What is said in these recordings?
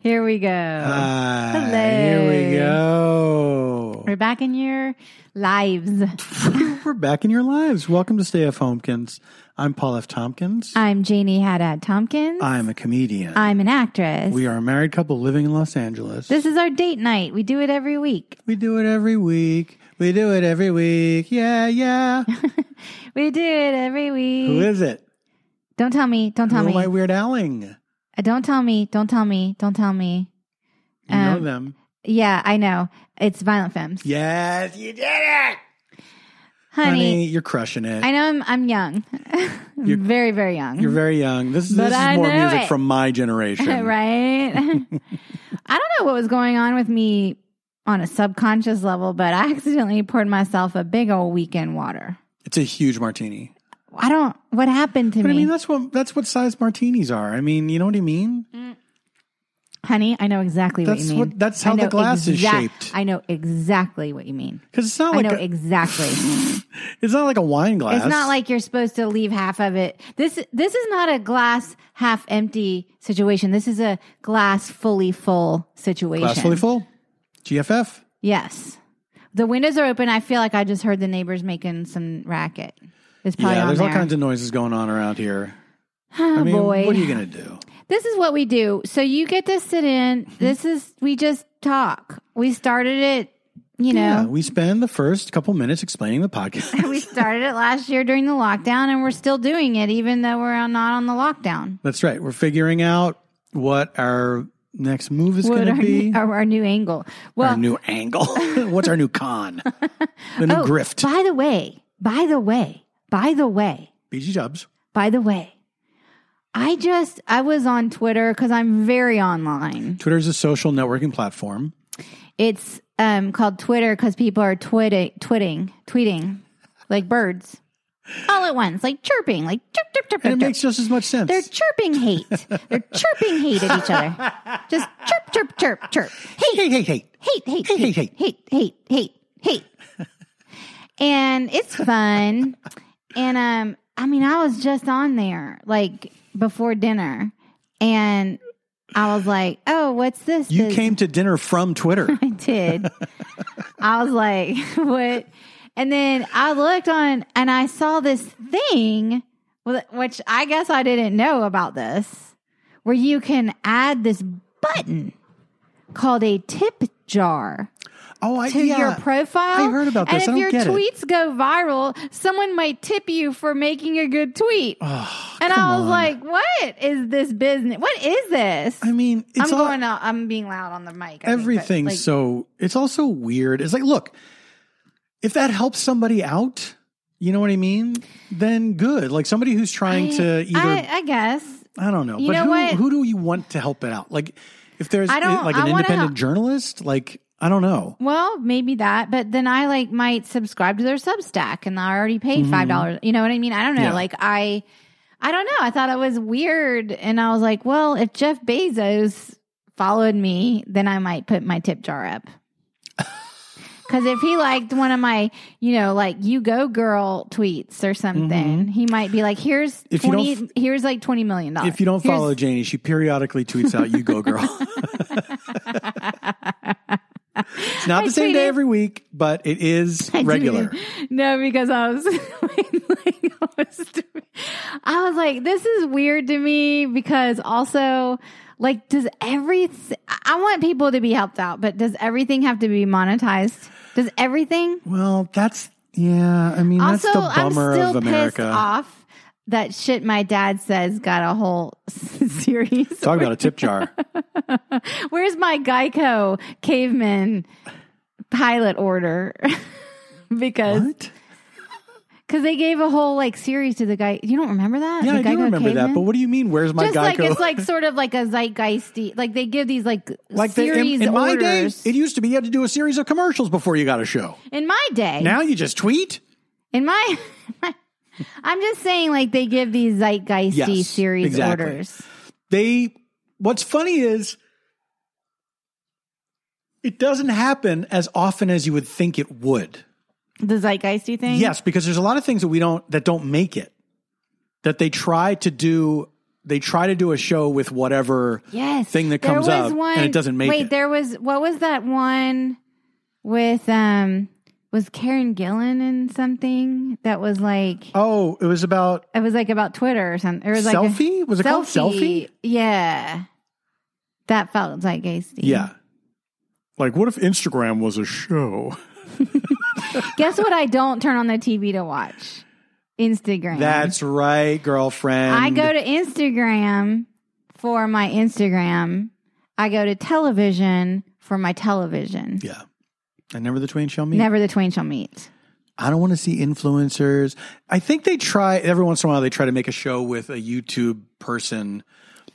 Here we go. Ah, Hello. Here we go. We're back in your lives. We're back in your lives. Welcome to Stay F. Homekins. I'm Paul F. Tompkins. I'm Janie Haddad Tompkins. I'm a comedian. I'm an actress. we are a married couple living in Los Angeles. this is our date night. We do it every week. we do it every week. We do it every week. Yeah, yeah. We do it every week. Who is it? Don't tell me. Don't tell Who me. am I weird alling? Uh, Don't tell me. Don't tell me. Don't tell me. You know Um, them. Yeah, I know. It's Violent Femmes. Yes, you did it. Honey, you're crushing it. I know I'm, I'm young. I'm You're- very, very young. You're very young. This, But this I is more know music it. from my generation. right? I don't know what was going on with me on a subconscious level, but I accidentally poured myself a big old weekend water. It's a huge martini. I don't. What happened to But me, I mean, that's what that's what size martinis are. I mean, you know what I mean? Mm. honey? I know exactly what That's you mean. what- that's I how the know glass is exac- shaped. I know exactly what you mean. Because it's not I like know a, exactly. it's not like a wine glass. it's not like you're supposed to leave half of it. This this is not a glass half empty situation. This is a glass fully full situation. glass fully full. GFF. Yes. The windows are open. I feel like I just heard the neighbors making some racket. It's probably Yeah, on there's there. all kinds of noises going on around here. oh, I mean, boy. what are you gonna do? this is what we do. So you get to sit in. Mm-hmm. This is we just talk. We started it, you Yeah, know. Uh, we spend the first couple minutes explaining the podcast. We started it last year during the lockdown and we're still doing it even though we're on- not on the lockdown. That's right. We're figuring out what our next move is What going our, to be. new- our, our new angle. Our Well, new angle. What's our new con? The new oh, grift. by the way, by the way, by the way, BG Jobs. By the way, I just I was on Twitter because I'm very online. Twitter is a social networking platform. It's um called Twitter because people are twitting, twitting, tweeting like birds all at once, like chirping, like chirp, chirp, chirp, And chirp, it makes chirp. just as much sense. They're chirping hate. They're chirping hate at each other. Just chirp, chirp, chirp, chirp. Hate, hey, hey, hey. hate, hate, Hey, hey, hate, hate, hate, hate, hate, hate. And it's fun. And um, I mean, I was just on there like before dinner, and I was like, "Oh, what's this?" You bus- came to dinner from Twitter. I did. I was like, "What?" And then I looked on, and I saw this thing, wh- which I guess I didn't know about this, where you can add this button called a tip jar Oh, I, to yeah. your profile. I heard about and this. if I don't your get it. tweets go viral, someone might tip you for making a good tweet. Oh, and come I was on. like, "What is this business? What is this?" I mean, it's I'm all, going. Out, I'm being loud on the mic. I think, but, everything's like, so. It's also weird. It's like, look, if that helps somebody out, you know what I mean? Then good. Like somebody who's trying I- to either I, I guess. I don't know. You but know who, what? who do you want to help it out? Like, if there's I don't- like I an wanna independent help- journalist, like, I don't know. Well, maybe that, but then I like might subscribe to their Substack, and I already paid five dollars. You know what I mean? I don't know. Mm-hmm. Yeah. Like I, I don't know. I thought it was weird, and I was like, well, if Jeff Bezos followed me, then I might put my tip jar up. Because if he liked one of my, you know, like "you go girl" tweets or something, he might be like, "Here's Mm-hmm. If you don't twenty, here's like twenty million dollars." If you don't Here's- follow Janie, she periodically tweets out, You go, girl. it's not I the same day tweeted- every week, but it is regular. No, because I was, like, I was, I was like, this is weird to me because also, like, does every, I I want people to be helped out, but does everything have to be monetized? Does everything? Well, that's, yeah, I mean, Also, that's the I'm bummer still of pissed America. off that shit my dad says got a whole series. Talk about a tip jar. Where's my Geico caveman pilot order? because what? Because they gave a whole like series to the guy. You don't remember that? Yeah, the I Geico do remember that, caveman? but what do you mean? Where's my just Geico? like it's like sort of like a zeitgeisty. Like they give these like, Like the, series in, in my day, orders. it used to be you had to do a series of commercials before you got a show. in my day, Now you just tweet. in my, I'm just saying like they give these zeitgeisty Yes, series exactly. orders. they what's funny is it doesn't happen as often as you would think it would The zeitgeisty thing. yes because there's a lot of things that we don't that don't make it that they try to do they try to do a show with whatever Yes. thing that There comes was up one, and it doesn't make Wait, it. there was what was that one with um was Karen Gillan and something that was like Oh, it was about it was like about Twitter or something. It was like a- selfie. was it called selfie? Yeah. That felt like Gacy. Yeah. Like, what if Instagram was a show? Guess what I don't turn on the TV to watch? Instagram. That's right, girlfriend. I go to Instagram for my Instagram. I go to television for my television. yeah, and never the twain shall meet. Never the twain shall meet. I don't want to see influencers. I think they try every once in a while. They try to make a show with a YouTube person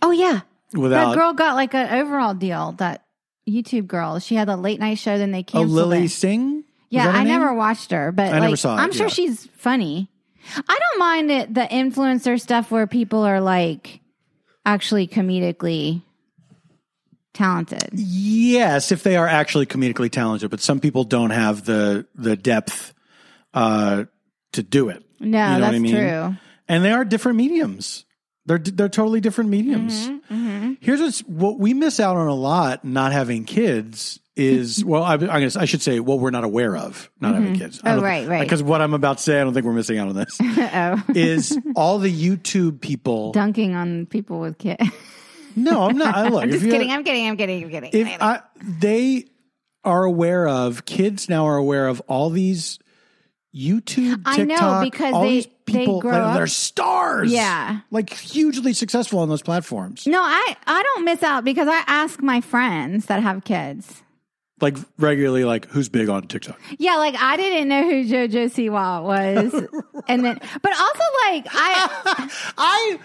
Oh yeah. without. that girl got like an overall deal. That YouTube girl, she had a late night show. Then they oh, canceled Lily it. Singh. Was Yeah, that her I name? never watched her, but I like, never saw it, I'm sure yeah. she's funny. I don't mind it, the influencer stuff where people are like actually comedically talented. Yes, if they are actually comedically talented, but some people don't have the the depth uh, to do it, No, know what that's I mean? true. and they are different mediums. They're they're totally different mediums. Mm-hmm, Here's what's, what we miss out on a lot not having kids is well I, I guess I should say what we're not aware of not having kids. Oh, right, right. Because what I'm about to say, I don't think we're missing out on this. Uh oh, is all the YouTube people? dunking on people with kids. No, I'm not. I look. I'm if just you- kidding. I'm kidding. I'm kidding. I'm kidding. If I, they are aware of kids now are aware of all these YouTube, I know, TikTok, because all they- these they people grow that are- up- they're stars. Yeah. like hugely successful on those platforms. no, I I don't miss out because I ask my friends that have kids. Like regularly, like who's big on TikTok? Yeah, like I didn't know who JoJo Siwa was, and then but also like I I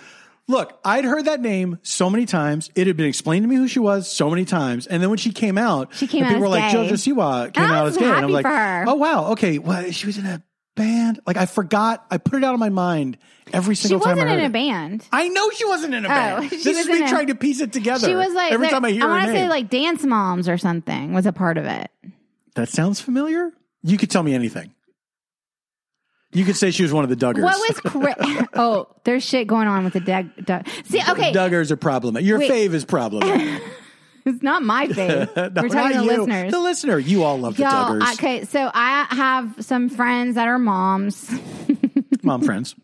look, I'd heard that name so many times. It had been explained to me who she was so many times. And then when she came out, She came and out people as were like, gay. JoJo Siwa came And I out was as gay. And I'm happy like, for her. oh wow, okay, well, she was in a band. Like I forgot, I put it out of my mind every she single time wasn't I heard in a it. band. I know she wasn't in a band. Oh, she this was is me in a- trying to piece it together. She was like every time I hear her want to name. say like Dance Moms or something was a part of it. that sounds familiar. You could tell me anything. You could say she was one of the Duggars. What was cra- oh? There's shit going on with the Doug. Doug. See, okay, Duggars are problematic. Your Wait. fave is problematic. it's not my fave. No, We're not talking to you. listeners. The listener. You all love the Y'all, Duggars. I- okay, so I have some friends that are moms, Mom friends.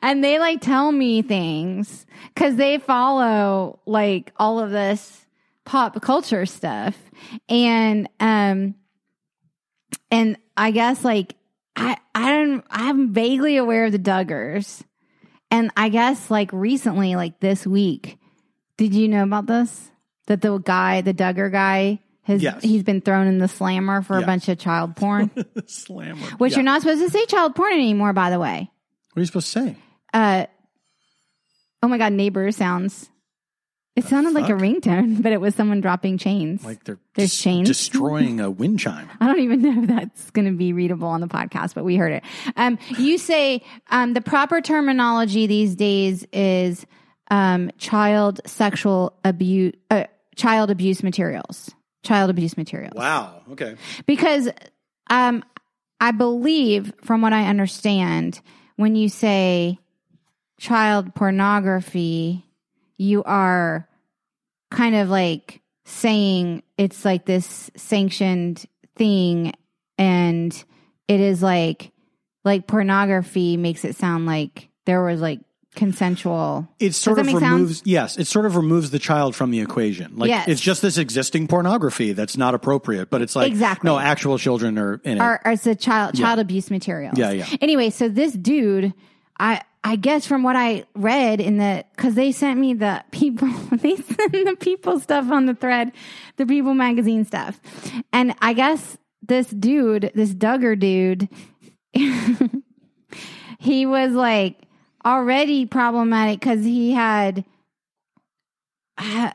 and they like tell me things because they follow like all of this pop culture stuff, and um, and I guess like I I don't I'm vaguely aware of the Duggars, and I guess like recently, like this week, did you know about this? That the guy, the Duggar guy, has Yes. he's been thrown in the slammer for Yeah. a bunch of child porn, Slammer. which Yeah. you're not supposed to say child porn anymore, by the way. What are you supposed to say? Uh, oh my god, neighbor sounds. It sounded like a fuck? ringtone, but it was someone dropping chains. Like they're There's des- chains. destroying a wind chime. I don't even know if that's going to be readable on the podcast, but we heard it. Um, you say um, the proper terminology these days is um, child sexual abuse, uh, child abuse materials, child abuse materials, Wow. Okay. because um, I believe, from what I understand, when you say child pornography, you are kind of like saying it's like this sanctioned thing and it is like like pornography makes it sound like there was like consensual It sort that of make sense? removes yes, it sort of removes the child from the equation. Like Yes. it's just this existing pornography that's not appropriate, but it's like Exactly. no actual children are in it. or, or it's a child child abuse material. Yeah, yeah. Anyway, so this dude, I I guess from what I read in the because they sent me the people they sent the people stuff on the thread, the people magazine stuff, and I guess this dude, this Duggar dude, he was like already problematic because he had. I-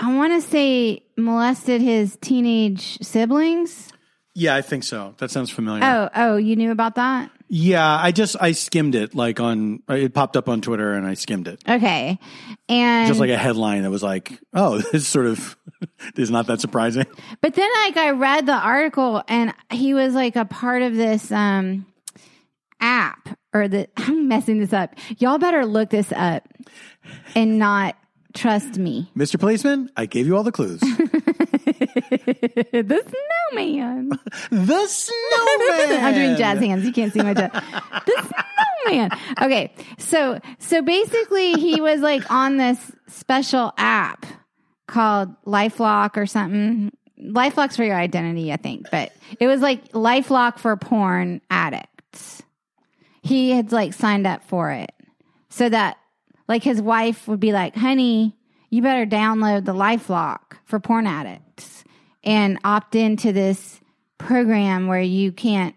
I want to say molested his teenage siblings. yeah, I think so. That sounds familiar. Oh, oh, you knew about that? Yeah, I just I skimmed it like on it popped up on Twitter and I skimmed it. Okay. And Just like a headline that was like, "Oh, this sort of is not that surprising." but then like I read the article and he was like a part of this um app or the I'm messing this up. Y'all better look this up and not trust me. Mr. Policeman, I gave you all the clues. the snowman. the snowman. I'm doing jazz hands. You can't see my jazz. the snowman. Okay. So so basically he was like on this special app called LifeLock or something. LifeLock's for your identity, I think, but it was like LifeLock for porn addicts. He had like signed up for it so that like his wife would be like, "Honey, you better download the LifeLock for porn addicts and opt into this program where you can't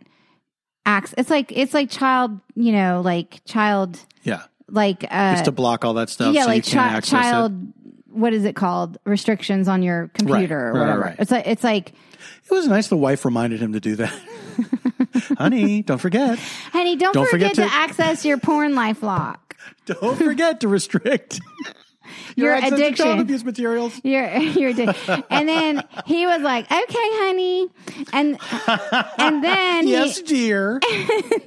access." It's like it's like child, you know, like child, Yeah, like uh, just to block all that stuff. yeah, so like you can't chi- access child. It. What is it called? Restrictions on your computer or right, right, whatever. right. It's like it's like, It was nice. The wife reminded him to do that. Honey, don't forget. honey, don't, Don't forget, forget to, to- access your porn life lock. Don't forget to restrict Your access to addiction. child abuse materials. You're you're di- and then he was like, "Okay, honey," and and then he- Yes, dear. and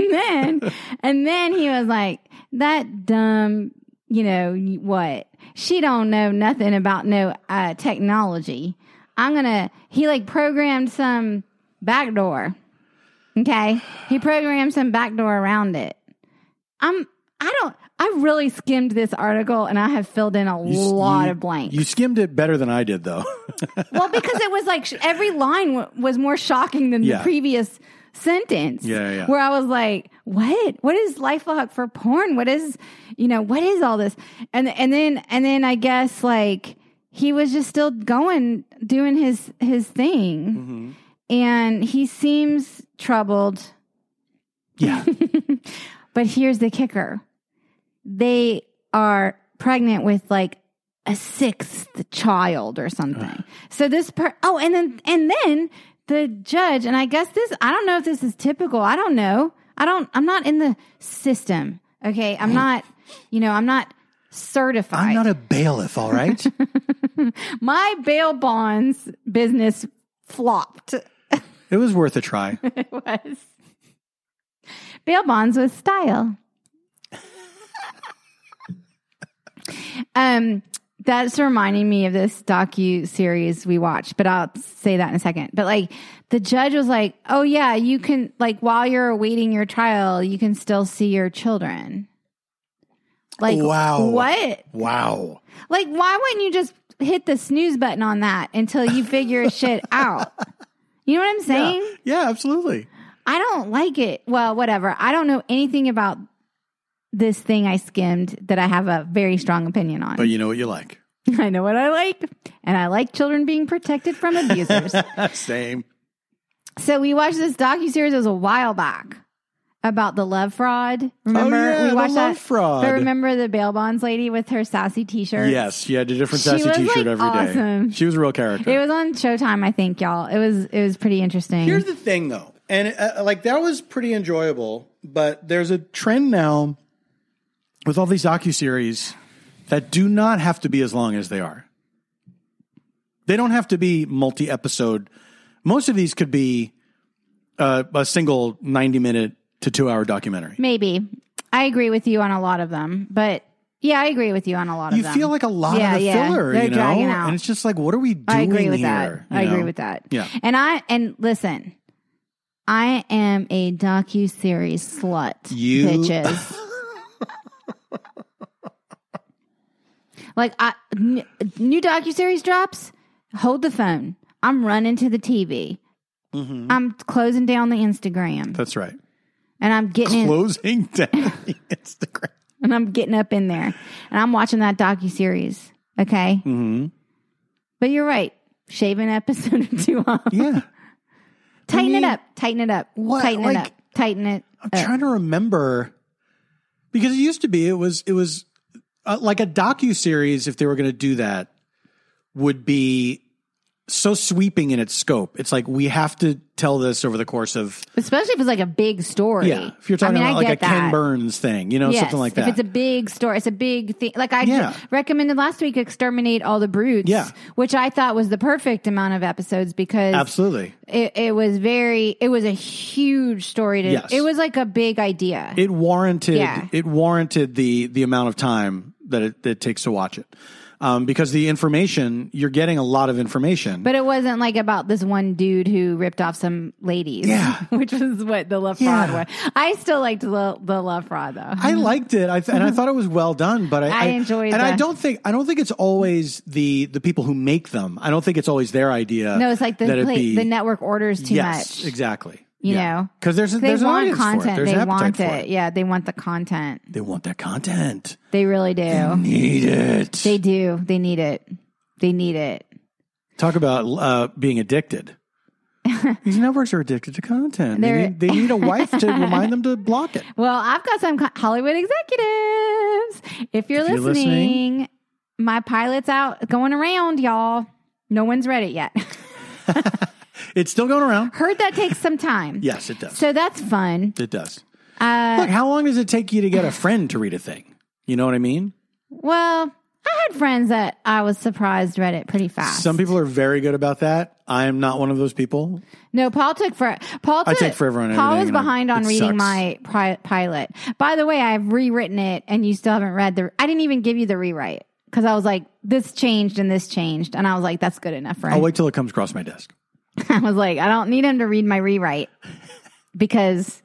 then and then he was like, "That dumb, you know what? She don't know nothing about no uh, technology. I'm gonna." He like programmed some backdoor. Okay, he programmed some backdoor around it. I'm I don't. I really skimmed this article and I have filled in a s- lot you- of blanks. You skimmed it better than I did, though. Well, because it was like sh- every line w- was more shocking than Yeah. the previous sentence. Yeah, yeah, yeah. Where I was like, "What? What is LifeLock for porn? What is, you know, what is all this?" And and then and then I guess like he was just still going doing his his thing, and he seems troubled. yeah. But here's the kicker: they are pregnant with like a sixth child or something. so this per oh, and then and then the judge, and I guess this I don't know if this is typical. I don't know. I don't. I'm not in the system. Okay, I'm not. You know, I'm not certified. I'm not a bailiff, all right? My bail bonds business flopped. it was worth a try. it was bail bonds with style. um, that's reminding me of this docu series we watched, but I'll say that in a second. But like the judge was like, "Oh yeah, you can like while you're awaiting your trial, you can still see your children." Like Wow. what? Wow. Like why wouldn't you just hit the snooze button on that until you figure shit out? You know what I'm saying? Yeah, absolutely. I don't like it. Well, whatever. I don't know anything about this thing I skimmed that I have a very strong opinion on. But you know what you like. I know what I like, and I like children being protected from abusers. Same. so we watched this docu series. It was a while back about the love fraud. Remember Oh, yeah, we the watched love that fraud. But remember the bail bonds lady with her sassy T-shirt. Yes, she had a different She sassy was, t like, shirt every day. awesome. She was a real character. It was on Showtime, I think, y'all. It was it was pretty interesting. Here's the thing, though, and uh, like that was pretty enjoyable, but there's a trend now with all these docu series that do not have to be as long as they are. They don't have to be multi episode. Most of these could be uh, a single ninety minute to two hour documentary. Maybe I agree with you on a lot of them, but yeah, I agree with you on a lot You of them. feel like a lot Yeah, of the yeah. filler, They're you know, dragging out. and it's just like, what are we doing I agree with that. here? You I agree know? with that. Yeah. And I and listen, I am a docu series slut. You- bitches. like I n- new docu series drops, hold the phone. I'm running to the TV. Mm-hmm. I'm closing down the Instagram, That's right. and I'm getting in, Closing down the Instagram. and I'm getting up in there, and I'm watching that docu series. Okay, Mm-hmm. but you're right. Shave an episode or two off. Yeah. Tighten it mean, up. Tighten it up. what, tighten it like- up. Tighten it. I'm up. trying to remember because it used to be it was it was uh, like a docu series if they were going to do that would be so sweeping in its scope. It's like we have to tell this over the course of Especially if it's like a big story. yeah. If you're talking I mean, I about like get a Ken that. Burns thing, you know, Yes, something like If that. it's a big story, it's a big thing. Like I Yeah. recommended last week, Exterminate All the Brutes, Yeah. which I thought was the perfect amount of episodes because Absolutely, it, it was very, it was a huge story. To, Yes. It was like a big idea. it warranted Yeah. it warranted the the amount of time that it, that it takes to watch it, um, because the information you're getting a lot of information. but it wasn't like about this one dude who ripped off some ladies, Yeah. which was what the La Fraud Yeah. was. I still liked the, the La Fraud though. I liked it, I th- and I thought it was well done. But I, Mm-hmm. I enjoyed and I the- don't think I don't think it's always the the people who make them. I don't think it's always their idea. no, it's like the that it pla- be- the network orders too yes, much. exactly. You know? because there's They there's an want audience For it. content. There's an They appetite want for it. Yeah, they want the content. They want that content. They really do. Need it. They do. They need it. They need it. Talk about uh, being addicted. These networks are addicted to content. They They're- need, they need a wife to remind them to block it. Well, I've got some co- Hollywood executives. If you're, If you're listening, listening- my pilot's out going around, y'all. No one's read it yet. It's still going around. Heard that takes some time. Yes, it does. So that's fun. it does. Uh, Look, how long does it take you to get a friend to read a thing? You know what I mean? well, I had friends that I was surprised read it pretty fast. Some people are very good about that. I am not one of those people. No, Paul took for Paul. Took, I take forever on Paul everything, was and I- behind on it reading sucks. my pri- pilot. By the way, I've rewritten it, and you still haven't read the. I didn't even give you the rewrite because I was like, this changed and this changed, and I was like, that's good enough, right? I'll wait till it comes across my desk. I was like, I don't need him to read my rewrite because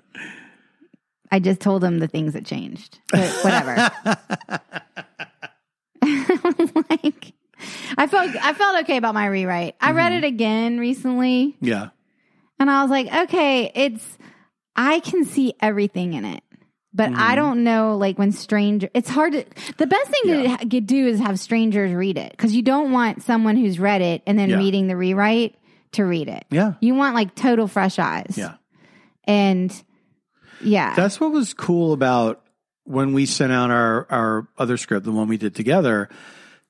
I just told him the things that changed. But whatever. like, I felt I felt okay about my rewrite. I Mm-hmm. read it again recently. Yeah. And I was like, okay, it's, I can see everything in it, but Mm. I don't know, like when stranger, it's hard to, the best thing to Yeah. ha- get- do is have strangers read it because you don't want someone who's read it and then Yeah. reading the rewrite to read it. Yeah. You want like total fresh eyes. Yeah. And yeah. That's what was cool about when we sent out our our other script, the one we did together,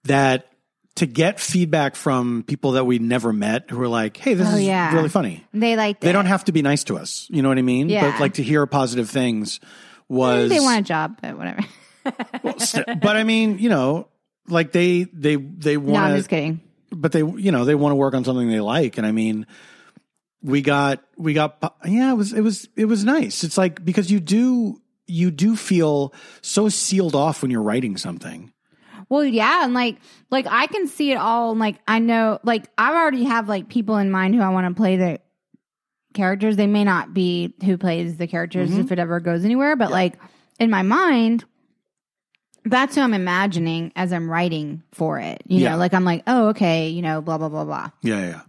that to get feedback from people that we never met who were like, "Hey, this Oh, is yeah. really funny." they like, They don't have to be nice to us, you know what I mean? Yeah. But like to hear positive things was they want a job, but whatever. st- But I mean, you know, like they they they No, I'm want just kidding. but they you know they want to work on something they like and i mean we got we got yeah it was it was it was nice it's like because you do you do feel so sealed off when you're writing something Well, yeah, and like like I can see it all and like I know like I already have like people in mind who I want to play the characters. They may not be who plays the characters if it ever goes anywhere, but like in my mind that's who I'm imagining as I'm writing for it. You Yeah. know, like I'm like, oh, okay, you know, blah blah blah blah. yeah yeah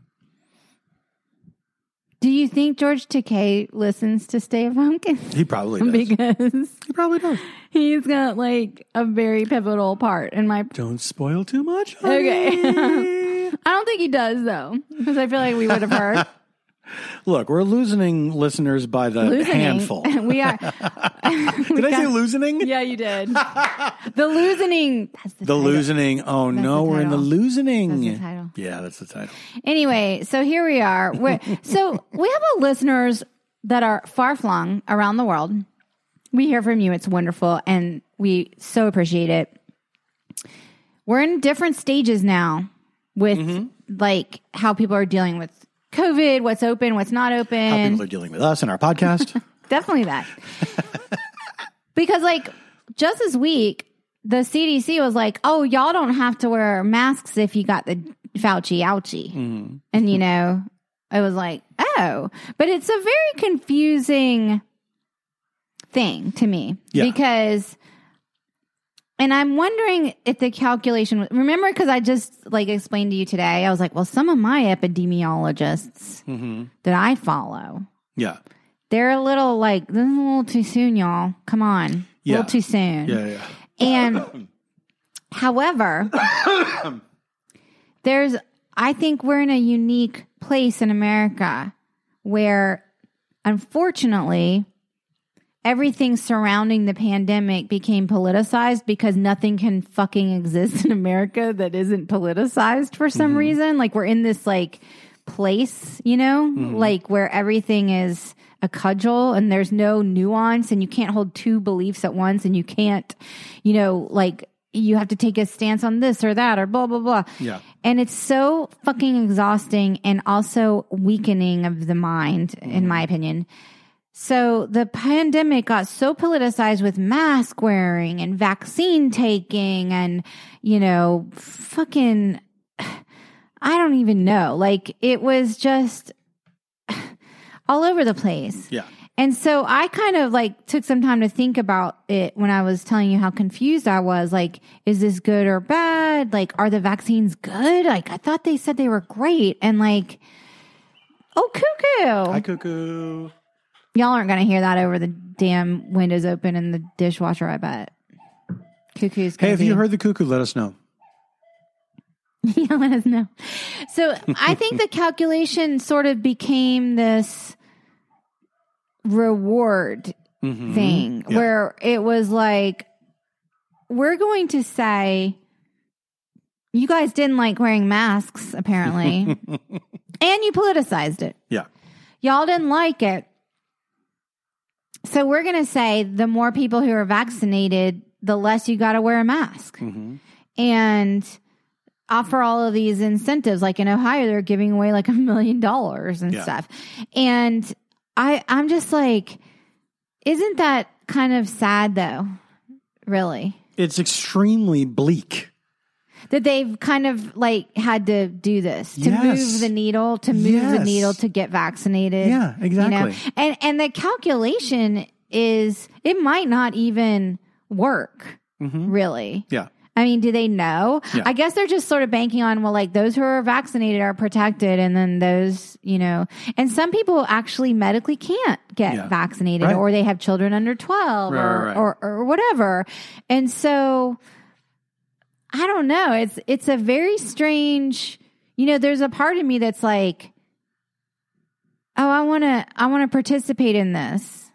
Do you think George Takei listens to Stay Pumpkins? he probably does because he probably does he's got like a very pivotal part in my don't spoil too much Okay. okay I don't think he does though, because I feel like we would have heard. look we're losing listeners by the Losing. handful we are. did i say losing Yeah, you did. the loosening. That's the, the title. losing oh no the we're in the title. losing That's the title. yeah that's the title Anyway, so here we are. We're, so we have a listeners that are far flung around the world. We hear from you. It's wonderful, and we so appreciate it. We're in different stages now with Mm-hmm. like how people are dealing with COVID, what's open, what's not open. how people are dealing with us and our podcast Definitely that. because like just this week, the CDC was like, "Oh, y'all don't have to wear masks if you got the Fauci ouchie," and you know, I was like, "Oh," but it's a very confusing thing to me Yeah. because. And I'm wondering if the calculation was- remember because I just like explained to you today. I was like, well, some of my epidemiologists that I follow yeah they're a little like this is a little too soon, y'all. Come on, a Yeah. little too soon. yeah yeah And however, there's I think we're in a unique place in America where, unfortunately, everything surrounding the pandemic became politicized because nothing can fucking exist in America that isn't politicized for some reason. Like we're in this like place, you know, like where everything is a cudgel and there's no nuance and you can't hold two beliefs at once and you can't, you know, like you have to take a stance on this or that or blah blah blah. Yeah. And it's so fucking exhausting and also weakening of the mind, in my opinion. So the pandemic got so politicized with mask wearing and vaccine taking and, you know, fucking, I don't even know. Like it was just all over the place. Yeah. And so I kind of like took some time to think about it when I was telling you how confused I was. Like, is this good or bad? Like, are the vaccines good? Like, I thought they said they were great. And like, oh, cuckoo. Hi, cuckoo. Y'all aren't going to hear that over the damn windows open and the dishwasher, I bet. Cuckoo's Hey, gonna if you be- heard the cuckoo, let us know. yeah, let us know. So I think the calculation sort of became this reward Mhm. thing Yeah. where it was like, we're going to say, you guys didn't like wearing masks, apparently, and you politicized it. Yeah. Y'all didn't like it. So we're going to say the more people who are vaccinated, the less you got to wear a mask Mhm. and offer all of these incentives. Like in Ohio, they're giving away like a million dollars and Yeah. stuff. And I, I'm just like, isn't that kind of sad though? Really, It's extremely bleak. that they've kind of like had to do this to Yes. move the needle, to move the Yes. needle to get vaccinated. Yeah, exactly. You know? And and the calculation is it might not even work Mhm. really. Yeah. I mean, do they know? Yeah. I guess they're just sort of banking on, well, like those who are vaccinated are protected, and then those, you know, and some people actually medically can't get Yeah. vaccinated Right. or they have children under 12 Right, or, right, right. Or, or whatever. And so I don't know. It's, it's a very strange, you know, there's a part of me that's like, oh, I want to, I want to participate in this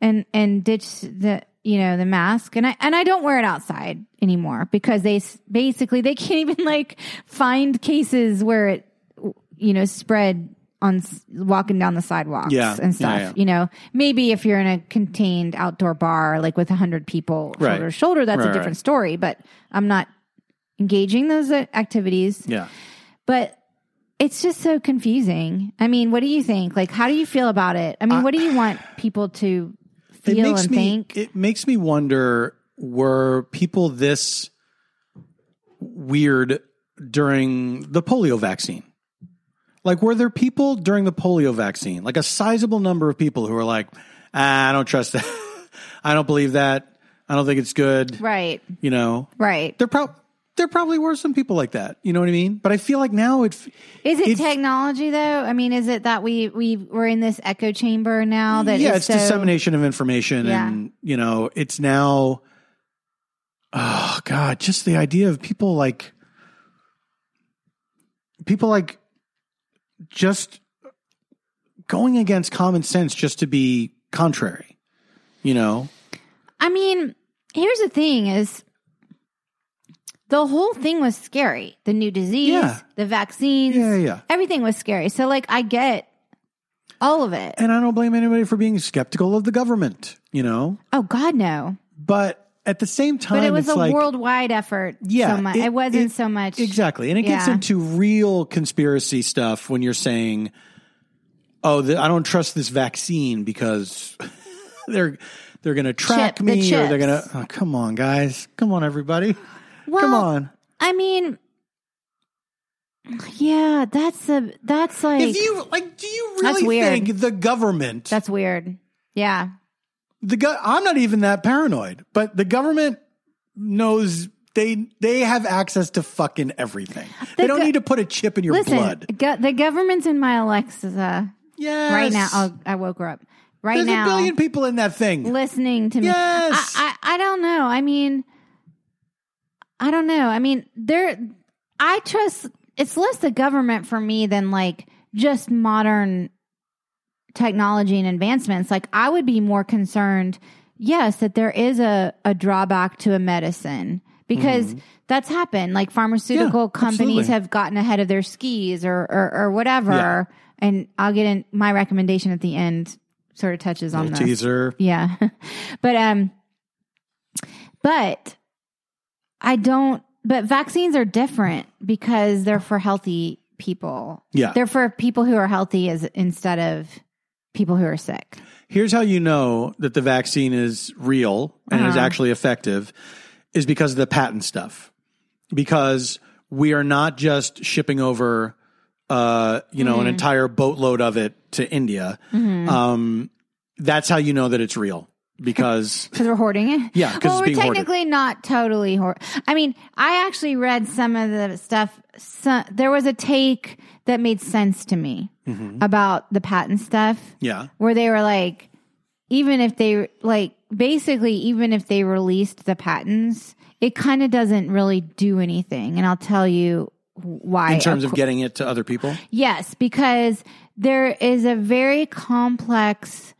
and and ditch the you know the mask and I and I don't wear it outside anymore because they s- basically they can't even like find cases where it you know spread on s- walking down the sidewalks Yeah. and stuff Yeah, yeah. you know maybe if you're in a contained outdoor bar like with 100 people Right. shoulder to shoulder that's Right, a right. different story but I'm not engaging those uh, activities Yeah. but it's just so confusing. I mean, what do you think? Like, how do you feel about it? I mean, what do you want people to feel it makes and me think? it makes me wonder were people this weird during the polio vaccine like were there people during the polio vaccine like a sizable number of people who were like ah, i don't trust that i don't believe that i don't think it's good right, you know right. there prob there probably were some people like that you know what i mean but i feel like now it f- Is it it- technology though? I mean, is it that we we we're in this echo chamber now? That yeah, is it's so, dissemination of information, Yeah. and you know, it's now. Oh God, just the idea of people like people like just going against common sense just to be contrary, you know? I mean, here's the thing: is the whole thing was scary. The new disease, Yeah. the vaccines, Yeah, yeah. everything was scary. So, like, I get all of it. And I don't blame anybody for being skeptical of the government, you know. Oh God, no. But at the same time, But it was it's a like, worldwide effort. Yeah, so much. It, it- wasn't it- so much. Exactly. And it gets Yeah. into real conspiracy stuff when you're saying, oh, the, I don't trust this vaccine because they're they're going to Chip- track the me or they're chips. going to. Oh, come on, guys. Come on, everybody. Well, come on. I mean, yeah, that's a that's like if you like, do you That's really weird. think the government, that's weird. Yeah, the go- I'm not even that paranoid, but the government knows they they have access to fucking everything. they don't go- need to put a chip in your listen, blood. go- the government's in my Alexa Yes. right now. Oh, I woke her up right There's now, a billion people in that thing. listening to me. Yes. I, I I don't know. I mean, I don't know. I mean, there. I trust. It's less the government for me than like just modern technology and advancements, like I would be more concerned, yes, that there is a, a drawback to a medicine because that's happened. Like pharmaceutical Mm-hmm. Yeah, companies absolutely. have gotten ahead of their skis or, or, or whatever. Yeah. And I'll get in my recommendation at the end, sort of touches on Little this. teaser. Yeah. but um but I don't but vaccines are different because they're for healthy people. Yeah. They're for people who are healthy as instead of people who are sick. Here's how you know that the vaccine is real and is Uh-huh. actually effective is because of the patent stuff. Because we are not just shipping over uh, you know, an entire boatload of it to India. Um, that's how you know that it's real. Because Because we're hoarding it. Yeah, 'cause Well, it's we're being hoarded. technically not totally hoard. I mean, I actually read some of the stuff. Some, there was a take that made sense to me Mm-hmm. about the patent stuff. yeah. where they were like, even if they like basically even if they released the patents, it kind of doesn't really do anything. And I'll tell you why. In terms of co- getting it to other people. yes, because there is a very complex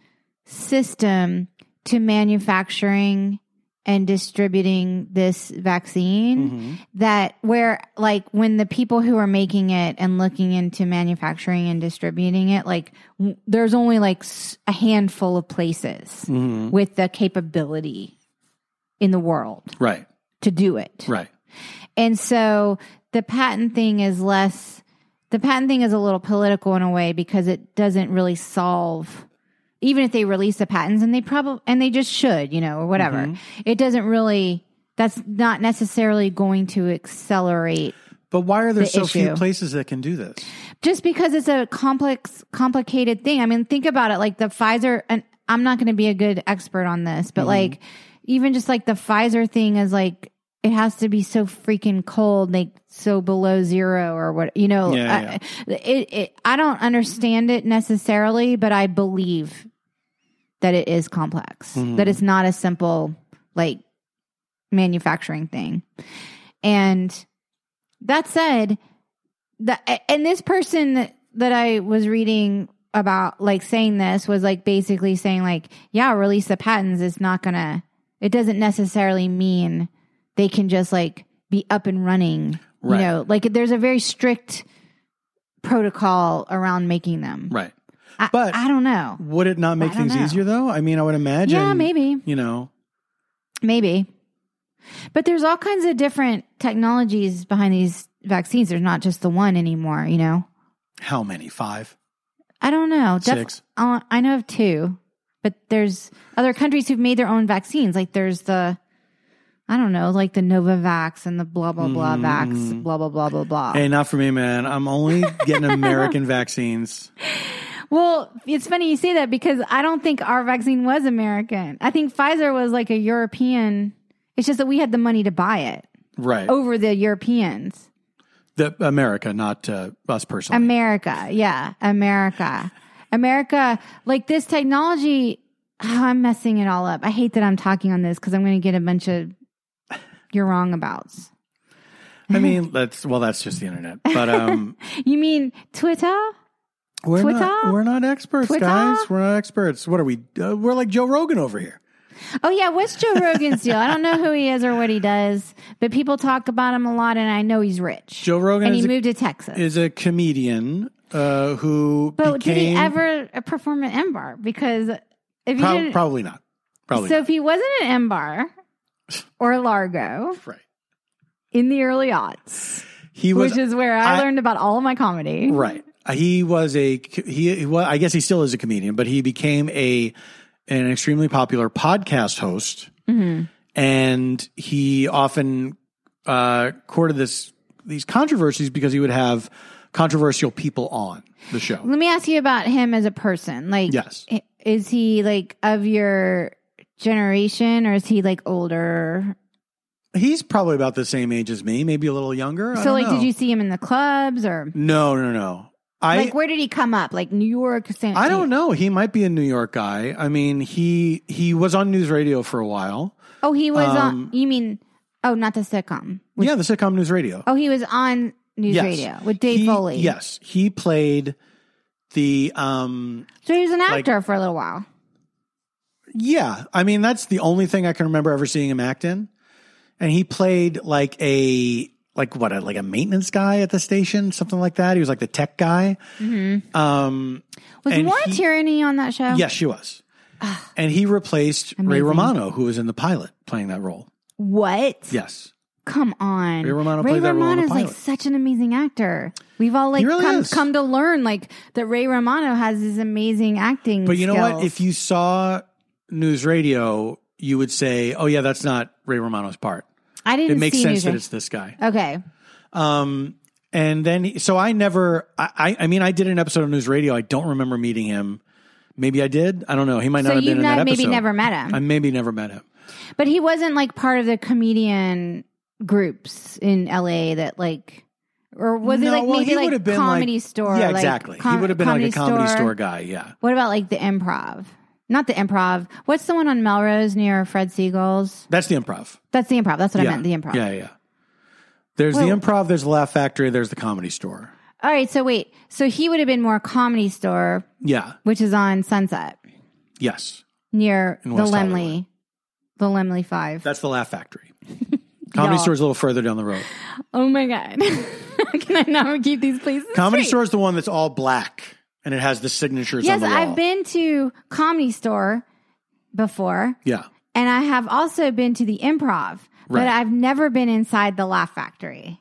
system to manufacturing and distributing this vaccine that where like when the people who are making it and looking into manufacturing and distributing it like w- there's only like s- a handful of places with the capability in the world Right. to do it Right. and so the patent thing is less the patent thing is a little political in a way because it doesn't really solve even if they release the patents and they probably and they just should, you know, or whatever. It doesn't really that's not necessarily going to accelerate But why are there The so few issue. places that can do this? just because it's a complex complicated thing i mean think about it like the pfizer and i'm not going to be a good expert on this Mm-hmm. but like even just like the pfizer thing is like it has to be so freaking cold like so below zero or what you know Yeah, I, It, it, I don't understand it necessarily but i believe that it is complex Mm-hmm. that it's not a simple like manufacturing thing and that said, the and this person that, that I was reading about, like saying this, was like basically saying like, yeah, release the patents. It's not gonna. It doesn't necessarily mean they can just like be up and running. Right. You know, like there's a very strict protocol around making them. Right. I, But- I don't know. Would it not make I don't things know. easier though? I mean, I would imagine. Yeah, maybe. You know, Maybe. But there's all kinds of different technologies behind these vaccines. There's not just the one anymore, you know? how many? Five, I don't know. Def- six. uh, I know of two, but there's other countries who've made their own vaccines. Like there's the, I don't know, like the Novavax and the blah, blah, blah vax, blah, blah, blah, blah, blah. Hey, not for me, man. I'm only getting American vaccines. well, it's funny you say that because I don't think our vaccine was American. I think Pfizer was like a European. It's just that we had the money to buy it Right. over the Europeans. The America, not uh, us personally. America. Yeah. America. America. Like this technology, Ah, I'm messing it all up. I hate that I'm talking on this because I'm going to get a bunch of you're wrong abouts. I mean, that's well, that's just the internet. But um, You mean Twitter? we're not Twitter? we're not experts, Twitter? guys. We're not experts. What are we? Uh, we're like Joe Rogan over here. Oh, yeah. What's Joe Rogan's deal? I don't know who he is or what he does, but people talk about him a lot and I know he's rich. Joe Rogan and is he a- moved to Texas. Is a comedian uh, who but became did he ever perform at M Bar? Because if he Prob- didn't, probably not. Probably so not. if he wasn't at M Bar or Largo right. in the early aughts, He was which is where I, I- learned about all of my comedy. Right. He was a he, he was, I guess he still is a comedian, but he became a an extremely popular podcast host, Mm-hmm. and he often uh, courted this these controversies because he would have controversial people on the show. Let me ask you about him as a person. Like, Yes. i- is he like of your generation or is he like older? He's probably about the same age as me, maybe a little younger. I so, don't like, know. did you see him in the clubs or No, no, no. I like where did he come up? Like New York, San. I don't know. He might be a New York guy. I mean, he he was on news radio for a while. Oh, he was Um, on. You mean? Oh, not the sitcom. yeah, the sitcom News Radio. Oh, he was on News Yes. Radio with Dave he, Foley. Yes, he played the um So he was an Like- actor for a little while. yeah, I mean that's the only thing I can remember ever seeing him act in. And he played like a like what a, like a maintenance guy at the station, something like that. He was like the tech guy. Mm-hmm. Um Was And Laura he- Tierney on that show? yes, she was. and he replaced Ray Ah. Amazing. Romano who was in the pilot playing that role. What? Yes. Come on. Ray Romano Ray played that role in the Romano's like pilot. such an amazing actor. We've all like He really come, is. come to learn like that Ray Romano has this amazing acting. But you know what? skills. If you saw news radio, you would say, "Oh yeah, that's not Ray Romano's part." I didn't It makes see sense that Newsroom. it's this guy. Okay. Um, and then he- so I never. I I I mean, I did an episode of news radio. I don't remember meeting him. Maybe I did. I don't know. He might not So have you been in know, that episode. maybe never met him. I maybe never met him. But he wasn't like part of the comedian groups in LA that like or was it No, like well, maybe he like would've been, comedy like- store? yeah, like, exactly. com- he would have been like a comedy store. guy. Yeah. What about like the improv? Not the improv. What's the one on Melrose near Fred Siegel's? That's the improv. That's the improv. That's what yeah. I meant. The improv. Yeah, yeah. There's the Well- improv. There's the Laugh Factory. There's the Comedy Store. All right. So wait. So he would have been more comedy store, Yeah. which is on Sunset Yes. near the West Lemley, the Lemley Five. That's the Laugh Factory. Comedy Y'all. Store is a little further down the road. oh my god! Can I not keep these places? Comedy straight? Store is the one that's all black and it has the signatures on Yes, the wall. I've been to Comedy Store before, Yeah. and I have also been to the Improv, but Right. I've never been inside the Laugh Factory,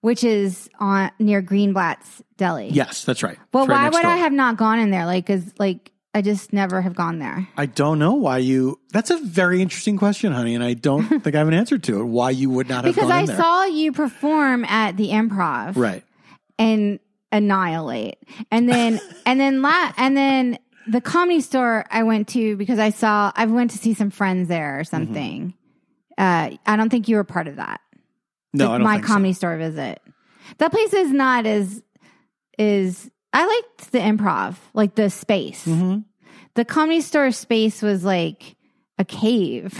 which is on near Greenblatt's Deli. Yes, that's right. Well, It's right why next would door. I have not gone in there? Like, is like I just never have gone there. I don't know why you. That's a very interesting question, honey, and I don't think I have an answer to it. Why you would not have Because gone I in there? saw you perform at the improv right. and annihilate. And then and then la- and then the comedy store I went to because I saw I went to see some friends there or Mm-hmm. something. Uh, I don't think you were part of that. No, I don't my think so. comedy store visit. That place is not as is I liked the improv, like the space. Mhm. The comedy store space was like a cave.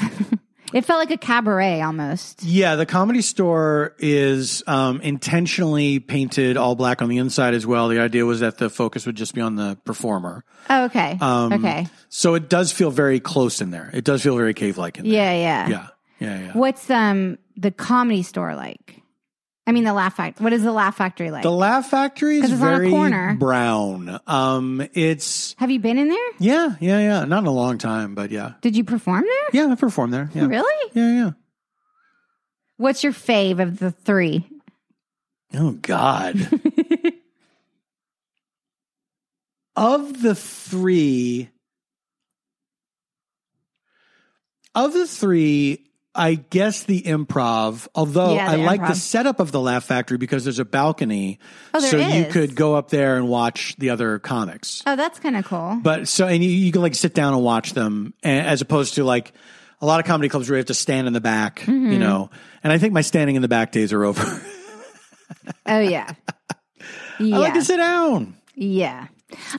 it felt like a cabaret almost. Yeah, the comedy store is um, intentionally painted all black on the inside as well. The idea was that the focus would just be on the performer. Oh, okay. Um, okay. So it does feel very close in there. It does feel very cave like in there. Yeah, yeah. Yeah. Yeah. Yeah. What's um the comedy store like? I mean the Laugh Factory. What is the Laugh Factory like? The Laugh Factory is 'Cause it's on a very corner. brown. Um, it's Have you been in there? yeah, yeah, yeah. Not in a long time, but yeah, Did you perform there? yeah. I performed there. Yeah, Really? yeah, yeah. What's your fave of the three? Oh God. of the three, of the three, I guess the improv. Although Yeah, I the like the improv. setup of the Laugh Factory because there's a balcony, Oh, there so you is. could go up there and watch the other comics. Oh, that's kind of cool. But so, and you, you can like sit down and watch them a- as opposed to like a lot of comedy clubs where you have to stand in the back, Mm-hmm. you know. And I think my standing in the back days are over. Oh yeah. yeah. I like to sit down. yeah.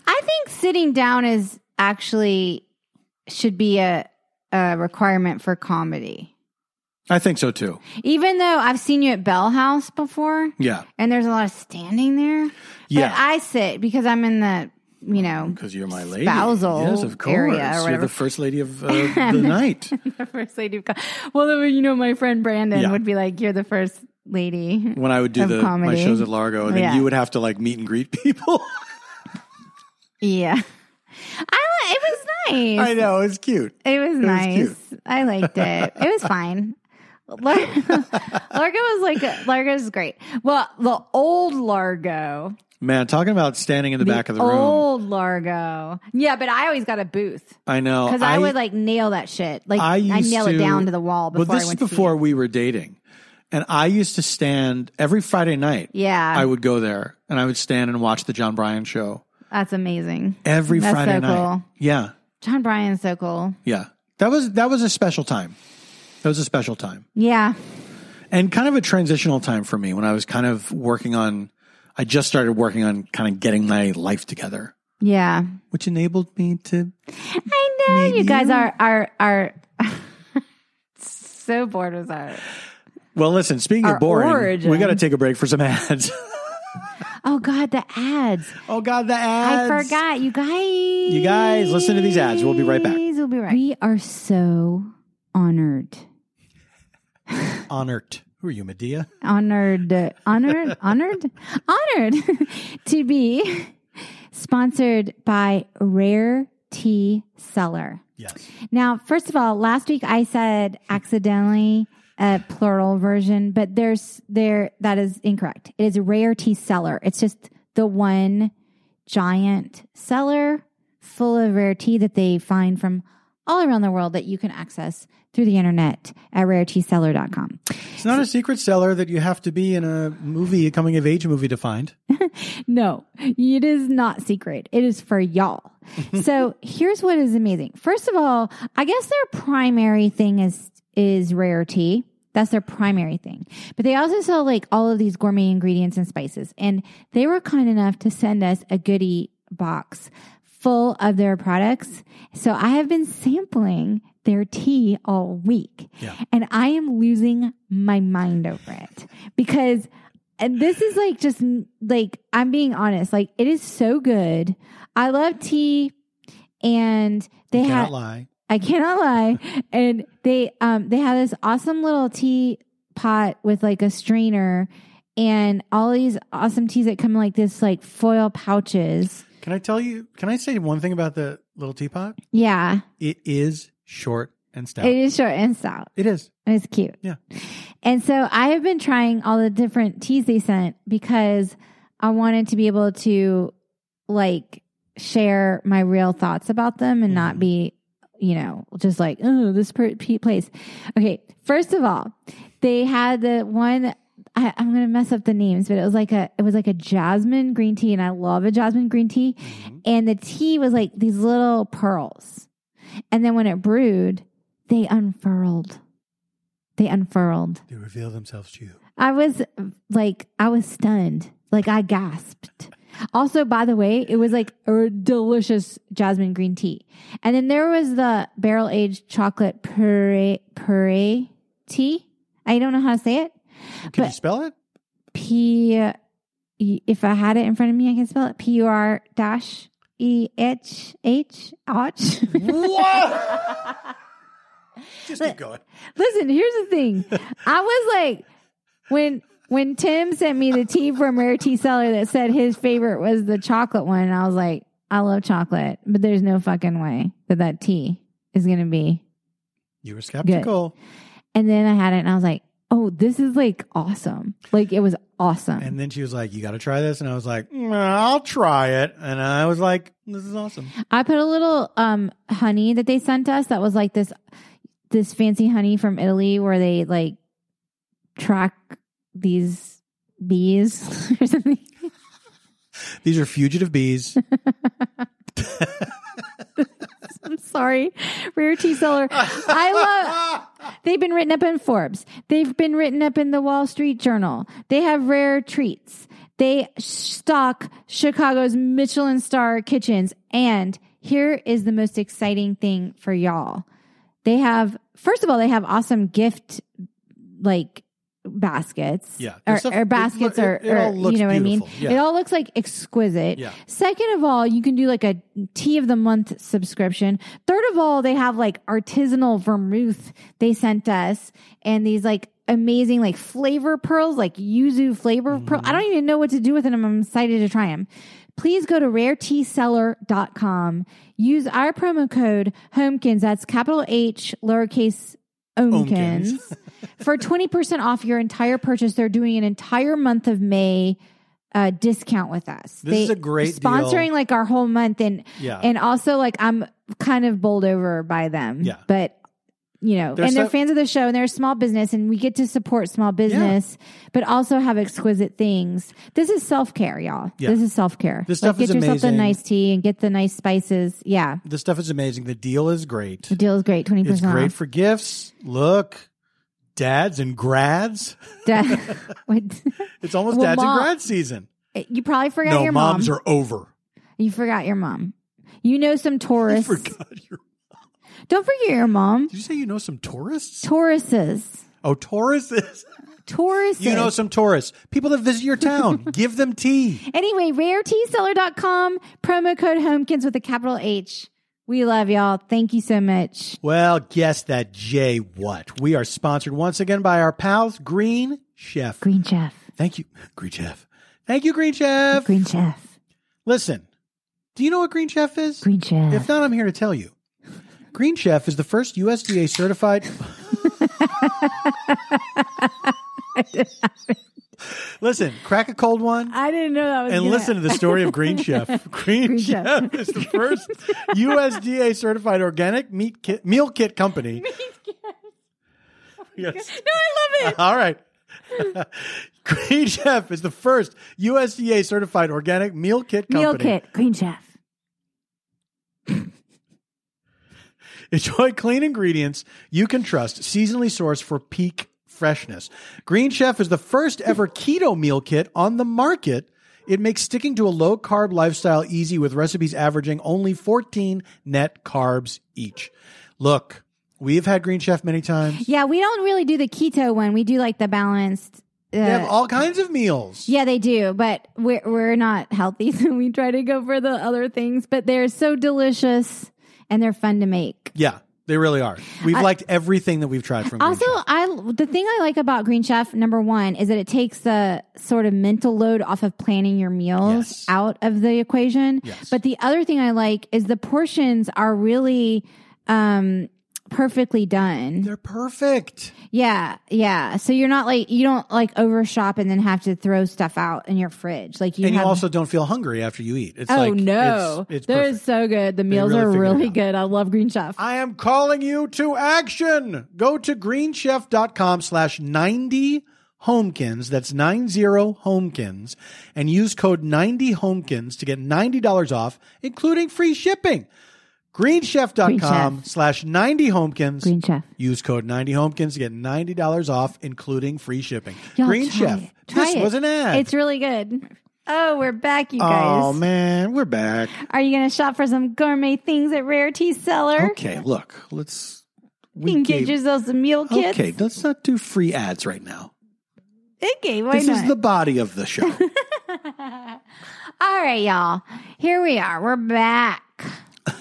I think sitting down is actually should be a a requirement for comedy. I think so too. Even though I've seen you at Bell House before Yeah. and there's a lot of standing there. Yeah. But I sit because I'm in the, you know, Because you're my lady. Spousal Yes, of course. area or you're whatever. the first lady of uh, the night. the first lady of comedy. Well, then, you know, my friend Brandon Yeah. would be like, "You're the first lady." When I would do Of the, my comedy. shows at Largo, and then Yeah. you would have to like meet and greet people. Yeah, I. li- It was nice. I know. It's cute. It was nice. I liked it. It was ffine. Lar- Largo was like Largo's great. Well, the old Largo, Man, talking about standing in the, back of the room. old Largo. Yeah, but I always got a booth I know. because I, would like nail that shit. Like I I, used nail to- it down to the wall before Well, this I is went before To we were dating. And I used to stand every Friday night. see it. yeah, I would go there and I would stand and watch the John Bryan show that's amazing. every That's Friday so night. cool. Yeah. John Bryan's so cool. Yeah. That was that was a special time. That was a special time. Yeah, And kind of a transitional time for me when I was kind of working on I just started working on kind of getting my life together, yeah. which enabled me to I know Meet you guys you. are are are so bored with our. Well, listen, speaking Our of boring, origin. we got to take a break for some ads. Oh God, the ads. Oh God, the ads! I forgot. You guys. You guys, listen to these ads. We'll be right back. We'll be right. We are so honored. Honored. Who are you, Medea? Honored. Honored. honored. Honored to be sponsored by Rare Tea Cellar. Yes. Now, first of all, last week I said accidentally a plural version, but there's there that is incorrect. It is a rare tea cellar. It's just the one giant cellar full of rare tea that they find from all around the world that you can access through the internet at rareteacellar.com. It's not a secret cellar that you have to be in a movie, a coming of age movie, to find. No, it is not secret. It is for y'all. so here's what is amazing. First of all, I guess their primary thing is is rare tea. That's their primary thing. But they also sell like all of these gourmet ingredients and spices. And they were kind enough to send us a goodie box full of their products. So I have been sampling their tea all week. Yeah. And I am losing my mind over it because and this is like just like I'm being honest. Like it is so good. I love tea, and they you cannot have lie. I cannot lie, and they um they have this awesome little tea pot with like a strainer, and all these awesome teas that come in like this like foil pouches. Can I tell you? Can I say one thing about the little teapot? Yeah, It is short and stout. it is short and stout. it is. It's cute. Yeah. And so I have been trying all the different teas they sent because I wanted to be able to like share my real thoughts about them and not Mhm. be, you know, just like, oh, this per- pe- place. Okay. First of all, they had the one. I, I'm gonna mess up the names, but it was like a it was like a jasmine green tea, and I love a jasmine green tea Mhm. and the tea was like these little pearls. And then when it brewed, they unfurled. They unfurled. They reveal themselves to you. I was like, I was stunned. Like I gasped. Also, by the way, it was like a delicious jasmine green tea. And then there was the barrel aged chocolate puree, puree tea. I don't know how to say it. Can you But- spell it? P, E, if I had it in front of me, I can spell it P U R dash E H H H. Whoa! Just keep Look. going. Listen, here's the thing. I was like, when when Tim sent me the tea from Rare Tea Seller that said his favorite was the chocolate one, I was like, I love chocolate, but there's no fucking way that that tea is gonna be. You were skeptical, And then I had it, and I was like, oh, this is like awesome. Like it was awesome. and then she was like, "You got to try this," and I was like, "Mm, "I'll try it," and I was like, "This is awesome." I put a little um honey that they sent us that was like this this fancy honey from Italy where they like track these bees or something. These are fugitive bees. I'm sorry. Rare tea seller. I love. They've been written up in Forbes. They've been written up in the Wall Street Journal. They have rare treats. They stock Chicago's Michelin star kitchens. And here is the most exciting thing for y'all. They have, first of all, they have awesome gift like baskets. Yeah, Or, There's stuff- or it- baskets it- or, it all or looks you know what I mean? beautiful. Yeah. It all looks like exquisite. Yeah. Second of all, you can do like a tea of the month subscription. Third of all, they have like artisanal vermouth they sent us and these like amazing like flavor pearls, like yuzu flavor pearl. I don't even know what to do with them. I'm excited to try them. Please go to rareteaseller.com. Use our promo code HOMEKINS. That's capital H, lowercase Omkins for 20% off your entire purchase. They're doing an entire month of May uh, discount with us. This is a great sponsoring deal. Uh, like our whole month and yeah. and also like I'm kind of bowled over by them. Yeah. But you know, They're and they're so- fans of the show and they're a small business and we get to support small business, but also have exquisite things. This is self care, y'all. Yeah. This is self care. This stuff like, is get yourself the amazing. nice tea and get the nice spices. Yeah. the stuff is amazing. The deal is great. The deal is great, twenty It's percent great off. for gifts. Look, dads and grads. Dad- What- It's almost Well, dads mom- and grad season. you probably forgot No, your mom. moms are over. You forgot your mom. You know some I Taurus. forgot your. Don't forget your mom. Did you say you know some tourists? Tauruses. Oh, Tauruses. Taurus. You know some tourists, people that visit your town. give them tea. Anyway, rareteaseller.com, promo code Homekins with a capital H. We love y'all. Thank you so much. Well, guess that Jay what? We are sponsored once again by our pals Green Chef. Green Chef. Thank you, Green Chef. Thank you, Green Chef. Green Chef. Listen, do you know what Green Chef is? Green Chef. If not, I'm here to tell you. Green Chef is the first USDA certified. Listen, crack a cold one I didn't know that was and gonna- listen to the story of Green Chef. Green, Green Chef. Chef. is the first USDA certified organic meat kit, meal kit company. Oh Yes. No, I love it. All right. Green Chef is the first USDA certified organic meal kit company. Meal kit. Green Chef. Enjoy clean ingredients you can trust, seasonally sourced for peak freshness. Green Chef is the first ever keto meal kit on the market. It makes sticking to a low carb lifestyle easy with recipes averaging only 14 net carbs each. Look, we've had Green Chef many times. Yeah, we don't really do the keto one. We do like the balanced. Uh, They have all kinds of meals. yeah, they do, but we're we're not healthy, so we try to go for the other things. But they're so delicious and they're fun to make. Yeah, they really are. We've liked everything that we've tried from Green Also, Chef. I the thing I like about Green Chef number one is that it takes the sort of mental load off of planning your meals Yes. out of the equation. Yes. But the other thing I like is the portions are really um, perfectly done. They're perfect. Yeah, yeah. So you're not like you don't like over shop and then have to throw stuff out in your fridge. Like you and have. you also don't feel hungry after you eat. It's oh like no, it's, it's they're perfect. so good. The meals really are figured it really out. good. I love Green Chef. I am calling you to action. Go to greenchef.com slash 90 homekins. That's 90 homekins and use code 90 homekins to get $90 off, including free shipping. Green Greenchef.com Chef. slash 90 homekins. Green Chef. Use code 90 homekins to get $90 off, including free shipping. Y'all Green try Chef. it. Try this it. was an ad. It's really good. Oh, we're back, you guys. oh, man. We're back. Are you going to shop for some gourmet things at Rare Tea Cellar? Okay, look. Let's. You We can get gave- yourself some meal kits. Okay, let's not do free ads right now. Okay, why this not? is the body of the show. All right, y'all. Here we are. We're back.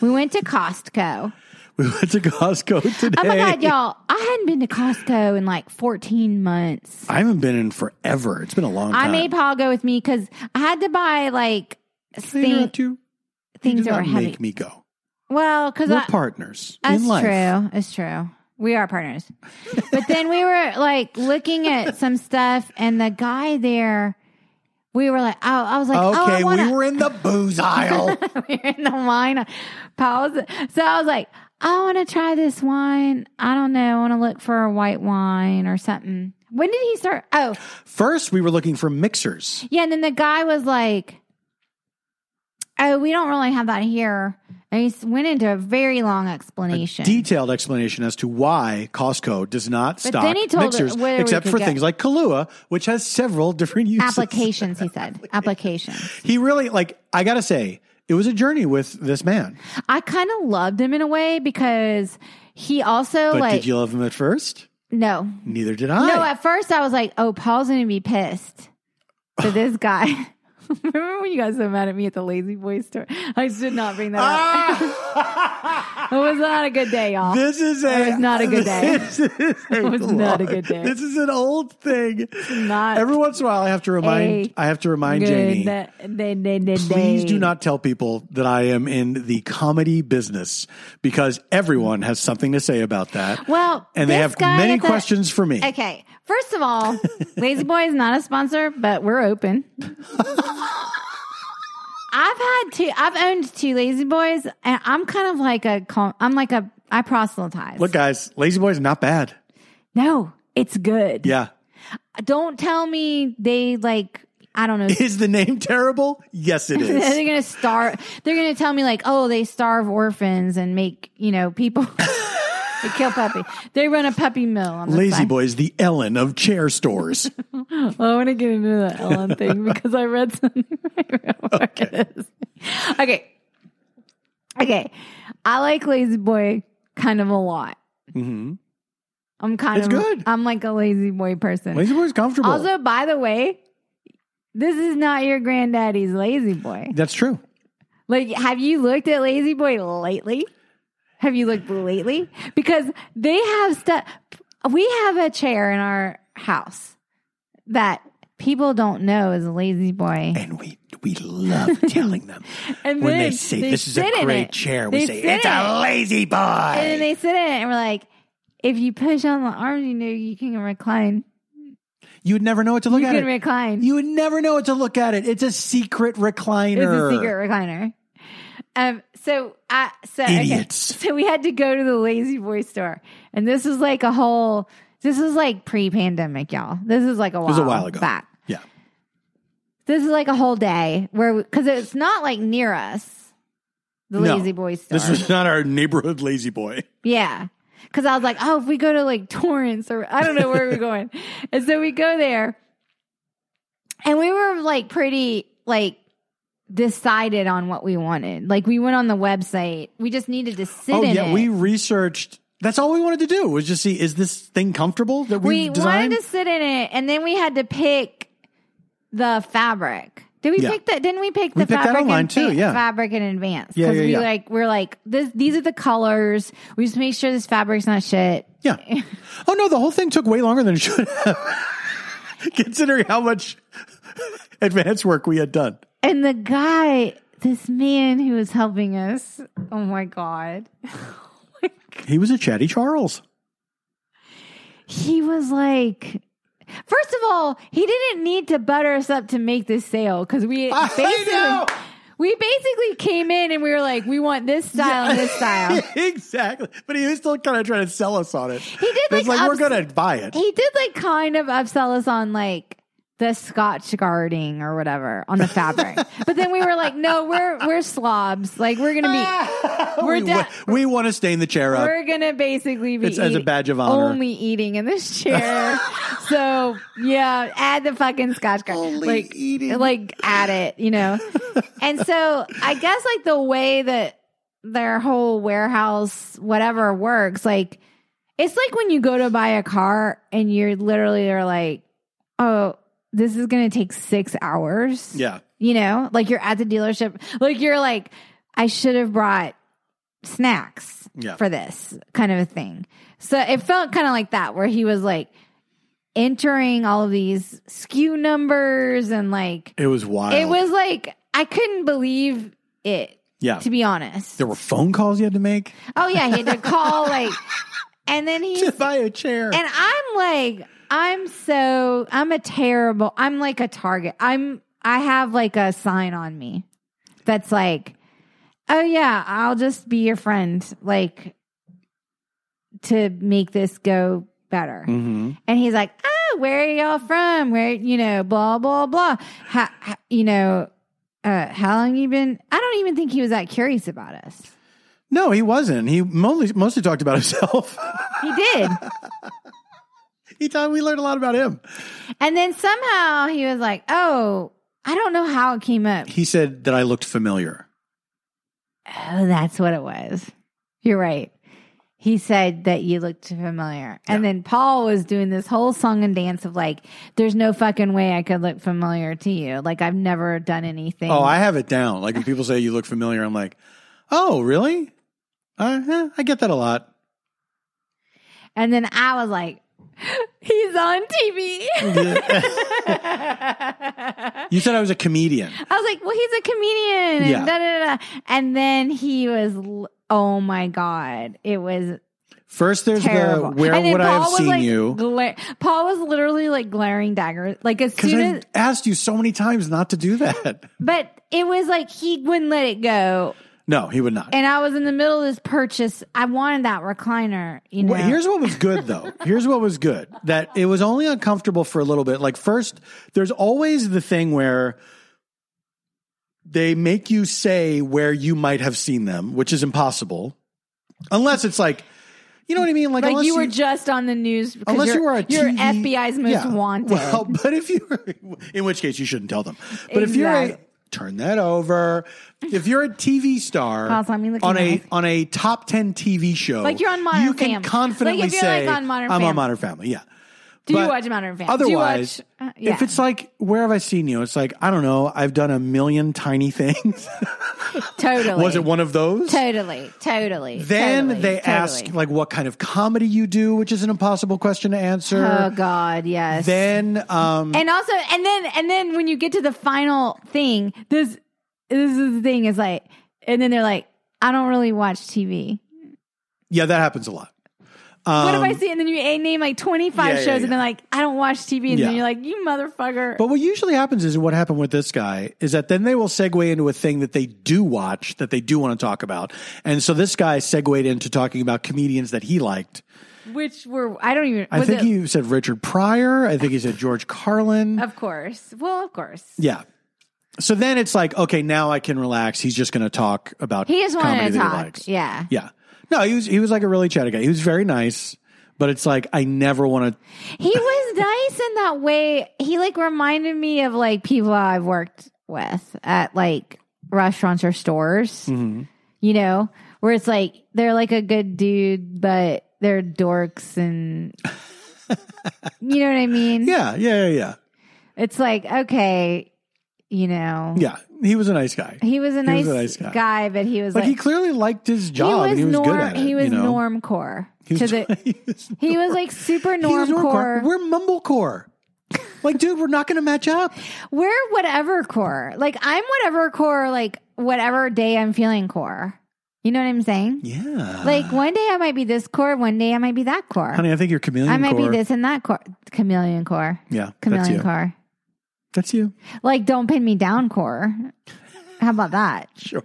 We went to Costco. we went to Costco today. Oh my god, y'all! I hadn't been to Costco in like 14 months. I haven't been in forever. It's been a long I time. made Paul go with me because I had to buy like They do thing, not do- they things do that were not heavy. Make me go. Well, because We're that's partners in life. true. It's true. We are partners. but then we were like looking at some stuff, and the guy there, we were like, oh, I was like, oh, Okay, I wanna, we were in the booze aisle. we were in the wine pause. So I was like, I want to try this wine. I don't know. I want to look for a white wine or something. When did he start? Oh, First, we were looking for mixers. yeah. And then the guy was like, Oh, we don't really have that here. And he s- went into a very long explanation. Detailed explanation as to why Costco does not But stock then he told mixers, where we except could for get- things like Kahlua, which has several different uses. Applications, he said. Applications. He really like. I gotta say, it was a journey with this man. I kind of loved him in a way because he also, But like, did you love him at first? no, Neither did I. No, at first I was like, oh, Paul's going to be pissed for this guy. Remember when you got so mad at me at the Lazy Boy store? I should not bring that Ah! up. It was not a good day, y'all. this is a. That was not a good day. This is a was not a good day. This is an old thing. not Every once in a while, I have to remind. a I have to remind Janie. good. That- They, they, they, Please they- do not tell people that I am in the comedy business because everyone has something to say about that. Well, and they this have guy many at the- questions for me. Okay, first of all, Lazy Boy is not a sponsor, but we're open. I've had two. I've owned two Lazy Boys, and I'm kind of like a. col- I'm like a. I proselytize. Look, guys, Lazy Boy's not bad. no, it's good. Yeah. don't tell me they like I don't know. Is the name terrible? Yes, it is. they're gonna starve. They're gonna tell me like, oh, they starve orphans and make you know people. they kill puppy. They run a puppy mill on the Lazy side. Boy is the Ellen of chair stores. I want to get into the Ellen thing because I read something. okay. okay. Okay. I like Lazy Boy kind of a lot. hmm I'm kind It's of good. I'm like a lazy boy person. Lazy boy's comfortable. also, by the way, this is not your granddaddy's lazy boy. That's true. Like, have you looked at Lazy Boy lately? Have you looked lately? Because they have stuff. We have a chair in our house that people don't know is a Lazy Boy. And we we love telling them And Eh, when then they say this is a sit in great it. chair. We They say sit it's in a it. lazy boy. And then they sit in it and we're like, if you push on the arms, you know you can recline. you would never know what to look you at. can it. recline. you would never know what to look at. It. It's a secret it's recliner. a secret recliner. Um. So I so okay. Idiots. So we had to go to the Lazy Boy store, and this is like a whole. This is like pre-pandemic, y'all. This is like a while. was a while ago. Back. Yeah. This is like a whole day where because it's not like near us. The No. Lazy Boy store. This was not our neighborhood lazy boy. Yeah. Cause I was like, oh, if we go to like Torrance or I don't know where we're going. And so we go there and we were like pretty like decided on what we wanted. Like we went on the website. We just needed to sit oh in yeah, it. we researched. That's all we wanted to do was just see is this thing comfortable that we we designed. wanted to sit in it and then we had to pick the fabric. Did we Yeah. pick that? Didn't we pick We the picked that fabric online, in too, fa- yeah. fabric in advance? Yeah, yeah, we yeah. like we're like this. These are the colors. We just make sure this fabric's not shit. yeah. Oh no, the whole thing took way longer than it should have, considering how much advance work we had done. And the guy, this man who was helping us, oh my God. He was a chatty Charles. He was like, first of all, he didn't need to butter us up to make this sale because we I know! basically. We basically came in and we were like, we want this style and this style. exactly. But he was still kind of trying to sell us on it. He did, It's like like, we're ups- gonna buy it. He did like kind of upsell us on like the scotch guarding or whatever on the fabric. but then we were like, no, we're we're slobs. Like we're gonna Ah. be We're we, done. wa- we want to stain the chair up. We're gonna basically be It's as a eating- badge of honor. only eating in this chair. so yeah, add the fucking scotch guard. Only like eating. like add it, you know. and so I guess like the way that their whole warehouse whatever works, like it's like when you go to buy a car and you're literally are like, oh, this is gonna take six hours. yeah. You know, like you're at the dealership, like you're like, I should have brought snacks Yeah. for this kind of a thing. So it felt kind of like that, where he was like entering all of these SKU numbers and like, It was wild. it was like, I couldn't believe it, yeah. to be honest. There were phone calls you had to make Oh, yeah. He had to call, like, and then he, to and buy a chair. I'm like, I'm so, I'm a terrible, I'm like a target. I'm, I have like a sign on me that's like, oh yeah, I'll just be your friend, like to make this go better. mm-hmm. And he's like, ah, where are y'all from? Where you know, blah blah blah. How, how- you know, uh, how long you been? I don't even think he was that curious about us. No, he wasn't. He mostly mostly talked about himself. He did, he thought we learned a lot about him. and then somehow he was like, oh, I don't know how it came up. He said that I looked familiar. Oh, that's what it was. You're right. He said that you looked familiar. And then Paul was doing this whole song and dance of like, there's no fucking way I could look familiar to you. Like, I've never done anything. Oh, I have it down. Like when people say you look familiar, I'm like, oh, really? Uh, eh, I get that a lot. and then I was like, he's on TV. You said I was a comedian. I was like, well, he's a comedian. And, Yeah. da, da, da, da. and then he was, l- oh my God. It was First, there's terrible. the where and then would I Paul have was seen like, you? gla- Paul was literally like glaring daggers. Like as Because soon as, I've asked you so many times not to do that. but it was like he wouldn't let it go, No, he would not. and I was in the middle of this purchase. I wanted that recliner. You know, Well, here's what was good though. here's what was good that it was only uncomfortable for a little bit. Like first, there's always the thing where they make you say where you might have seen them, which is impossible, unless it's like, you know what I mean? Like, like unless you were just on the news because Unless you're, you were a you're TV FBI's most Yeah. wanted. Well, but if you, in which case you shouldn't tell them. But if you're a, Exactly. turn that over. If you're a TV star Pause, let me look on at a this. on a top ten TV show, Like you're on Modern you can Fam. confidently Like if you're, say, like, on Modern "I'm Fam." on Modern Family." Yeah. Do But you watch Modern Family? Otherwise, do you watch, uh, yeah. if it's like where have I seen you? It's like I don't know. I've done a million tiny things. totally, Was it one of those? Totally, totally. Then totally, they totally. ask like what kind of comedy you do, which is an impossible question to answer. "Oh God, yes." then um and also, and then, and then when you get to the final thing, this this is the thing is like, and then they're like, "I don't really watch TV." yeah, that happens a lot. What Um, if I see? And then you name like twenty five yeah, yeah, shows, and then like, "I don't watch TV," and Yeah. then you're like, "You motherfucker!" But what usually happens is what happened with this guy is that then they will segue into a thing that they do watch that they do want to talk about. And so this guy segued into talking about comedians that he liked. Which were I don't even. I was think it- he said Richard Pryor. I think he said George Carlin. of course. Well, of course. yeah. So then it's like, okay, now I can relax. He's just going to talk about He just comedy wanted to that he talk. likes. Yeah. Yeah. No, he was he was like a really chatty guy. He was very nice, but it's like I never want to. He was nice in that way. He like reminded me of like people I've worked with at like restaurants or stores, Mm-hmm. you know, where it's like they're like a good dude, but they're dorks and you know what I mean? Yeah, yeah, yeah, yeah, It's like, okay, you know, yeah. He was a nice guy. he was a He nice, was a nice guy. guy. but he was Like like, he clearly liked his he job. was, and he was norm, good at it. he was you know? norm core. He was, to the, he was he was like super he was norm core. normcore. We're mumblecore. like, dude, we're not going to match up. We're whatever core. Like I'm whatever core, like whatever day I'm feeling core. You know what I'm saying? Yeah. Like one day I might be this core, one day I might be that core. honey, I think you're chameleon. I might core. be this and that core. Chameleon core. Yeah, that's Chameleon you. core. That's you. Like don't pin me down core. How about that? Sure.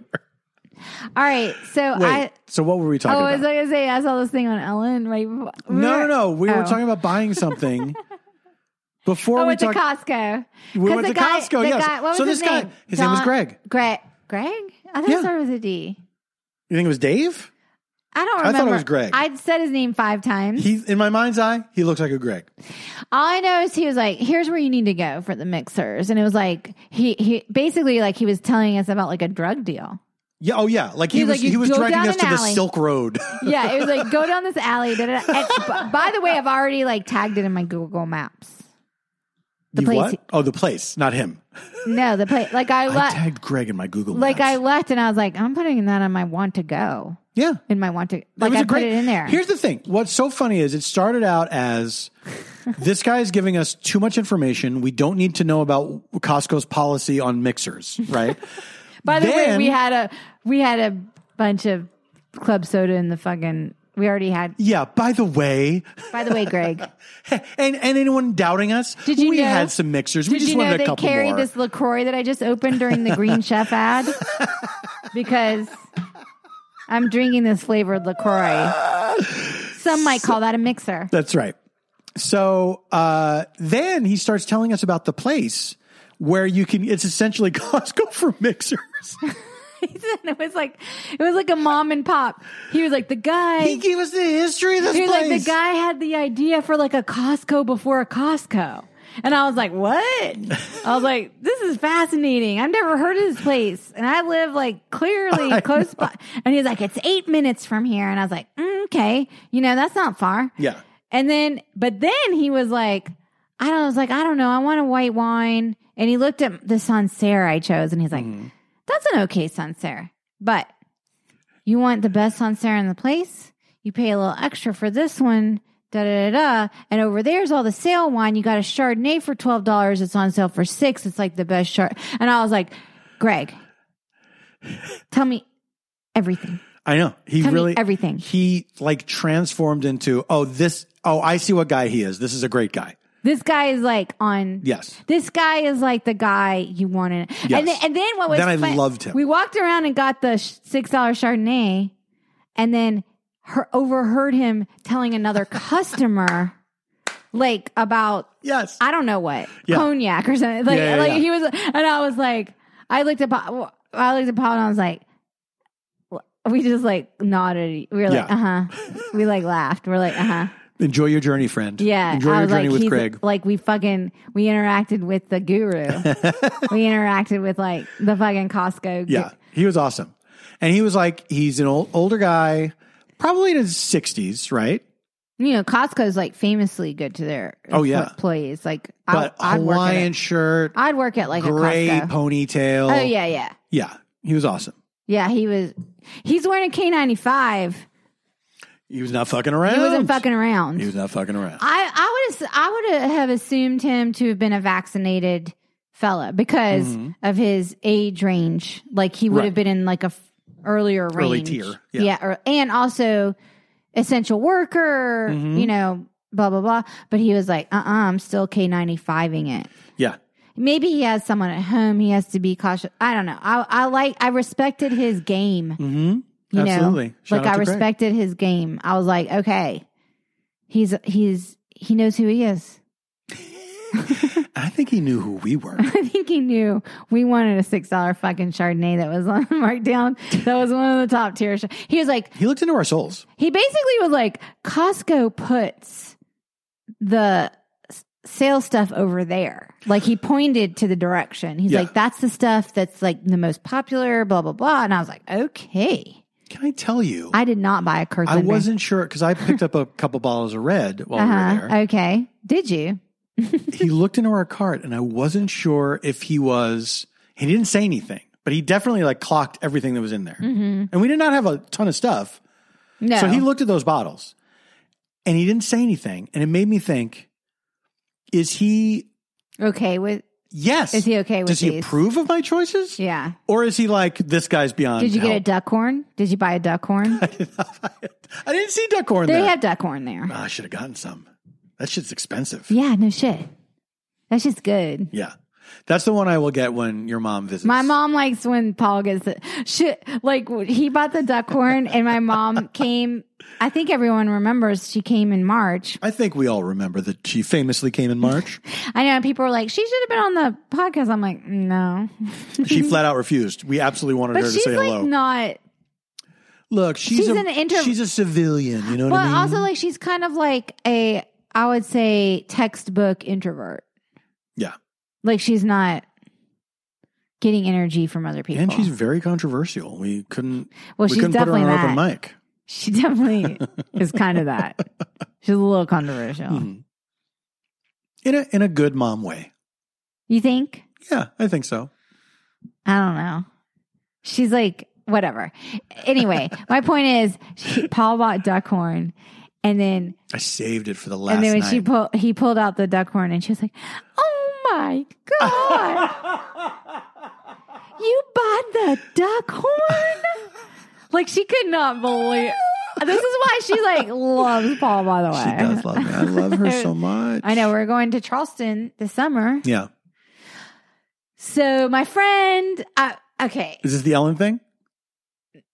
All right. So Wait. I so what were we talking Oh, I about? was gonna say I saw this thing on Ellen right before. no, no, no. We were Oh. talking about buying something. Before Oh, we went to talked, Costco. we 'Cause went the to guy- Costco. the yes. guy- what was so his this guy, name? his name was Don- Greg. Greg. Greg? I thought Yeah. it started with a D. You think it was Dave? I don't I remember. thought it was Greg. I'd said his name five times. He, in my mind's eye, he looks like a Greg. All I know is he was like, "Here's where you need to go for the mixers," and it was like he he basically like he was telling us about like a drug deal. Yeah. Oh, yeah. Like he He's was. like, you he was go driving down us an to the alley. Silk Road. Yeah, it was like go down this alley. Da, da, da. And, b- by the way, I've already like tagged it in my Google Maps. The You place- What? Oh, the place, not him. No, the place like I I left. tagged Greg in my Google. Like I Maps. left and I was like, I'm putting that on my want to go Yeah. in my want to It like was I a great- put it in there. Here's the thing. What's so funny is it started out as this guy is giving us too much information. We don't need to know about Costco's policy on mixers, right? By the way, then- we had a we had a bunch of club soda in the fucking. We already had. yeah. By the way, By the way, Greg. and and anyone doubting us, Did you we know- had some mixers. We Did just you know wanted a they couple carry more. this LaCroix that I just opened during the Green Chef ad? Because I'm drinking this flavored LaCroix. Some might call that a mixer. That's right. So uh, then he starts telling us about the place where you can. It's essentially Costco for mixers. it was like it was like a mom and pop. He was like the guy he gave us the history of this he was place. like the guy had the idea for like a Costco before a Costco. And I was like, "What?" I was like, "This is fascinating. I've never heard of this place." And I live like clearly close by. And he's like, "It's 8 minutes from here." And I was like, "Mm, "Okay. You know, that's not far." Yeah. And then, but then he was like, I don't, I was like, I don't know. I want a white wine. And he looked at the Sancerre I chose and he's like, that's an okay Sancerre. But you want the best Sancerre in the place? You pay a little extra for this one. Da da da da. And over there's all the sale wine. You got a Chardonnay for $12. It's on sale for six. It's like the best Chard. And I was like, Greg, tell me everything. I know. He Tell me really everything. He like transformed into oh this oh I see what guy he is. This is a great guy. This guy is like on Yes. This guy is like the guy you wanted. Yes. And, then, and then what was Then I fun- loved him. We walked around and got the sh- $6 Chardonnay and then her- overheard him telling another customer, like, about, Yes. I don't know what, Yeah. cognac or something. Like, Yeah, yeah, like yeah. he was, and I was like, I looked at Paul, I looked at Paul and I was like, we just like nodded. We were like, Yeah. uh huh. We like laughed. We're like, uh huh. Enjoy your journey, friend. Yeah, Enjoy I your was journey like, with he's- Greg. Like we fucking we interacted with the guru. we interacted with like the fucking Costco. gu- Yeah, he was awesome. And he was like, he's an old, older guy, probably in his 60s, right? you know Costco's like famously good to their Oh, yeah. employees. Like But I, I'd work at Hawaiian a- shirt, I'd work at like gray a Costco. ponytail. oh yeah, yeah, Yeah, he was awesome. yeah. He was he's wearing a K ninety five. He was not fucking around. He wasn't fucking around. He was not fucking around. I I would have I would have assumed him to have been a vaccinated fella because Mhm. of his age range. Like he would Right. have been in like a f- earlier range, Early tier, yeah. or, and also essential worker. Mhm. You know, blah blah blah. But he was like, uh, uh-uh, I'm still K ninety fiving it. yeah. Maybe he has someone at home. He has to be cautious. I don't know. I I like I respected his game. Mm-hmm. You Absolutely. know, Shout like out I to Greg. respected his game. I was like, okay, he's he's he knows who he is. I think he knew who we were. I think he knew we wanted a six dollar fucking Chardonnay that was on markdown. That was one of the top tier. sh- He was like, he looked into our souls. he basically was like, Costco puts the s- sales stuff over there. Like he pointed to the direction. He's Yeah. like, that's the stuff that's like the most popular. Blah blah blah. And I was like, okay. Can I tell you? I, I did not buy a Kirkland. brand. wasn't sure because I picked up a couple bottles of red while we were there. Uh-huh. Okay. Did you? he looked into our cart and I wasn't sure if he was, he didn't say anything, but he definitely like clocked everything that was in there. And we did not have a ton of stuff. Mm-hmm. No. So he looked at those bottles and he didn't say anything. And it made me think, is he, okay with yes. is he okay with Does he these? approve of my choices? yeah. Or is he like, this guy's beyond Did you get a help? duck horn? Did you buy a duck horn? I didn't see duck horn they there. have duck horn there. Ah, I should have gotten some. That shit's expensive. Yeah, no shit. That's just good. Yeah. That's the one I will get when your mom visits. My mom likes when Paul gets the shit. Like he bought the duck horn, and my mom came. I think everyone remembers she came in March. I think we all remember that she famously came in March. I know people were like, "She should have been on the podcast." I'm like, "No," she flat out refused. We absolutely wanted but her to she's say like hello. not. Look, she's, she's a, an inter- she's a civilian. You know what I But mean? also, like, she's kind of like a, I would say, textbook introvert. yeah. Like she's not getting energy from other people. And she's very controversial. We couldn't. well, we she's couldn't put her on definitely an that. open mic. She definitely is kind of that. She's a little controversial. Mhm. In a in a good mom way. You think? Yeah, I think so. I don't know. She's like whatever. Anyway, my point is, she, Paul bought duck horn, and then I saved it for the last and then when night. she pulled, he pulled out the duck horn, and she was like, "Oh my god!" Oh, You bought the duck horn? like she could not believe. This is why she like loves Paul. By the way, she does love me. I love her so much. I know we're going to Charleston this summer. Yeah. So my friend, I, okay. Is this the Ellen thing?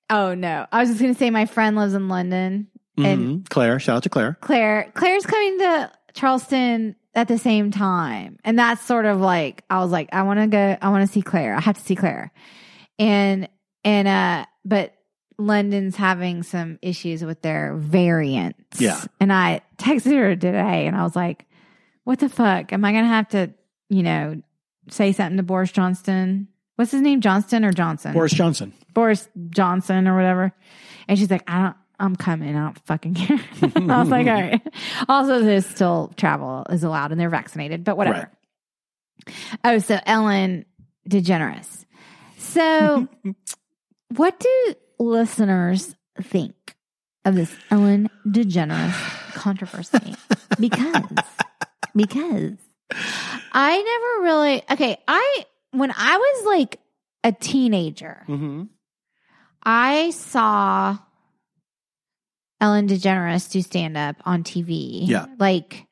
Oh no, I was just gonna say my friend lives in London. And- Mhm. Claire, shout out to Claire. Claire, Claire's coming to Charleston at the same time, and that's sort of like I was like, I want to go, I want to see Claire. I have to see Claire, and and uh, but London's having some issues with their variants. Yeah. and I texted her today, and I was like, what the fuck? Am I gonna have to, you know, say something to Boris Johnston? What's his name, Johnston or Johnson? Boris Johnson. Boris Johnson or whatever. And she's like, I don't, I'm coming. I don't fucking care. I was like, all right. Also, there's still travel is allowed and they're vaccinated, but whatever. Oh, so Ellen DeGeneres. So, what do listeners think of this Ellen DeGeneres controversy? Because, because I never really, okay, I, when I was like a teenager, Mm-hmm. I saw Ellen DeGeneres do stand up on TV. Yeah. Like,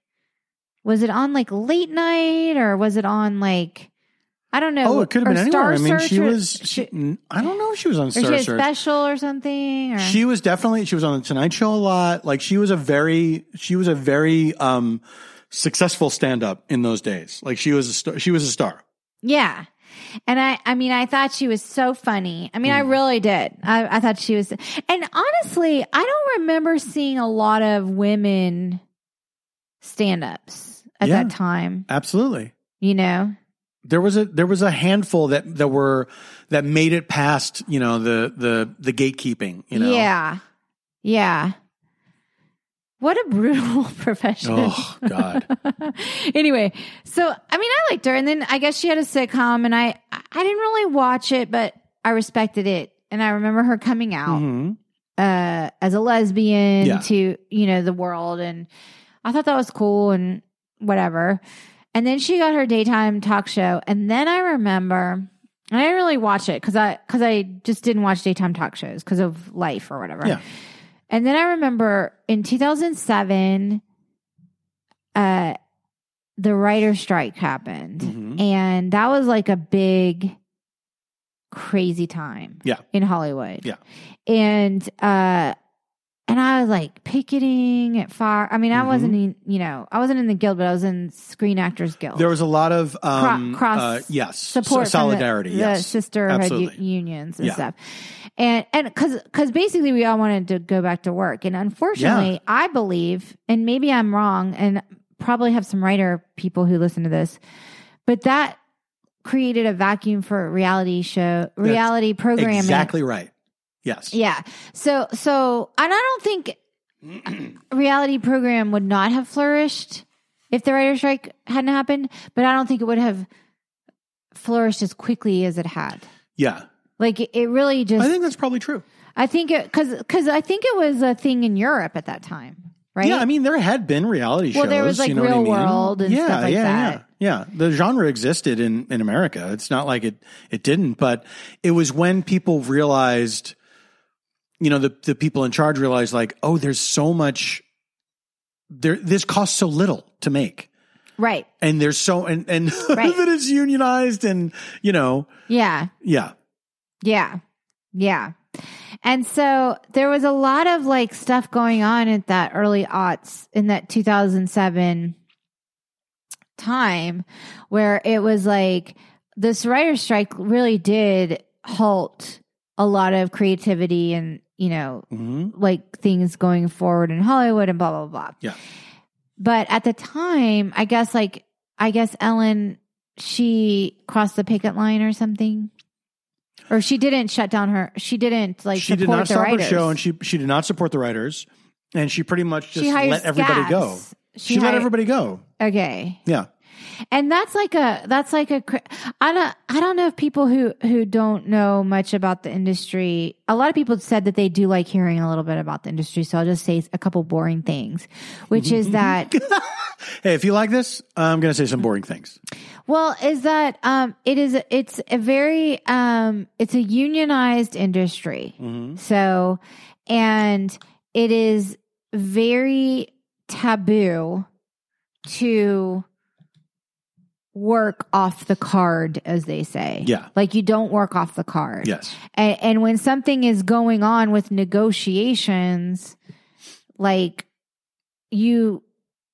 was it on like late night or was it on like, I don't know. Oh, it could have been or Star anywhere. I mean, Search she or- was. she, She, n- I don't know if she was on or she Star had a Search. special or something. Or, She was definitely. She was on the Tonight Show a lot. Like she was a very. She was a very um successful stand up in those days. Like she was. A star, she was a star. yeah. And I, I mean, I thought she was so funny. I mean, Hmm. I really did. I, I thought she was, and honestly, I don't remember seeing a lot of women stand ups at Yeah. that time, Absolutely. you know? There was a there was a handful that that were that made it past you know the the the gatekeeping you know Yeah. Yeah. What a brutal profession. oh god anyway, so I mean, I liked her, and then I guess she had a sitcom, and I I didn't really watch it, but I respected it, and I remember her coming out Mhm. uh, as a lesbian Yeah. to you know the world, and I thought that was cool and whatever. And then she got her daytime talk show, and then I remember and I didn't really watch it because I because I just didn't watch daytime talk shows because of life or whatever. Yeah. And then I remember in 2007, uh, the writer strike happened, Mhm. and that was like a big, crazy time. Yeah. in Hollywood. Yeah. and uh, and I was like picketing at far. I mean, I Mhm. wasn't in you know I wasn't in the guild, but I was in Screen Actors Guild. there was a lot of um Cro- cross uh, yes so- support from the- solidarity the, yes sisterhood u- Absolutely. unions and Yeah. stuff and and because because basically we all wanted to go back to work and unfortunately i believe and maybe i'm wrong and probably have some writer people who listen to this but that created a vacuum for reality show reality programming exactly right yes yeah so so and i don't think reality program would not have flourished if the writer's strike hadn't happened, but I don't think it would have flourished as quickly as it had. yeah Like it, it really just, I think that's probably true I think it, cause, cause I think it was a thing in Europe at that time, right? yeah I mean there had been reality Well, shows there was, like, you know what I Real mean? World and yeah stuff like yeah that. yeah yeah the genre existed in in America it's not like it it didn't but it was when people realized you know the the people in charge realized like oh there's so much there this costs so little to make right. and there's so and and Right. that it's unionized and you know Yeah. yeah Yeah. Yeah. And so there was a lot of like stuff going on at that early aughts in that 2007 time where it was like this writer's strike really did halt a lot of creativity and, you know, hmm like things going forward in Hollywood and blah, blah, blah. Yeah. But at the time, I guess like, I guess Ellen, she crossed the picket line or something. Or she didn't shut down her, she didn't like she did support not the stop writers. her show and she she did not support the writers and she pretty much just She hired let everybody scabs. go she, She, let hired- everybody go Okay. yeah And that's like a that's like a cr- I don't I don't know if people who who don't know much about the industry. A lot of people said that they do like hearing a little bit about the industry, so I'll just say a couple boring things, which is that Mm-hmm. hey if you like this i'm gonna say some boring things well, is that um it is it's a very um it's a unionized industry. hmm So, and it is very taboo to work off the card, as they say. Yeah. Like you don't work off the card. yes And, and when something is going on with negotiations, like you,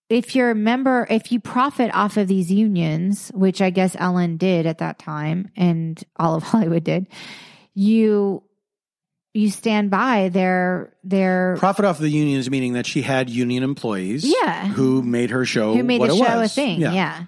if you're a member, if you profit off of these unions, which I guess Ellen did at that time and all of Hollywood did, you, you stand by their, their, profit off the unions meaning that she had union employees yeah who made her show who made what the it show was. a thing. yeah. Yeah.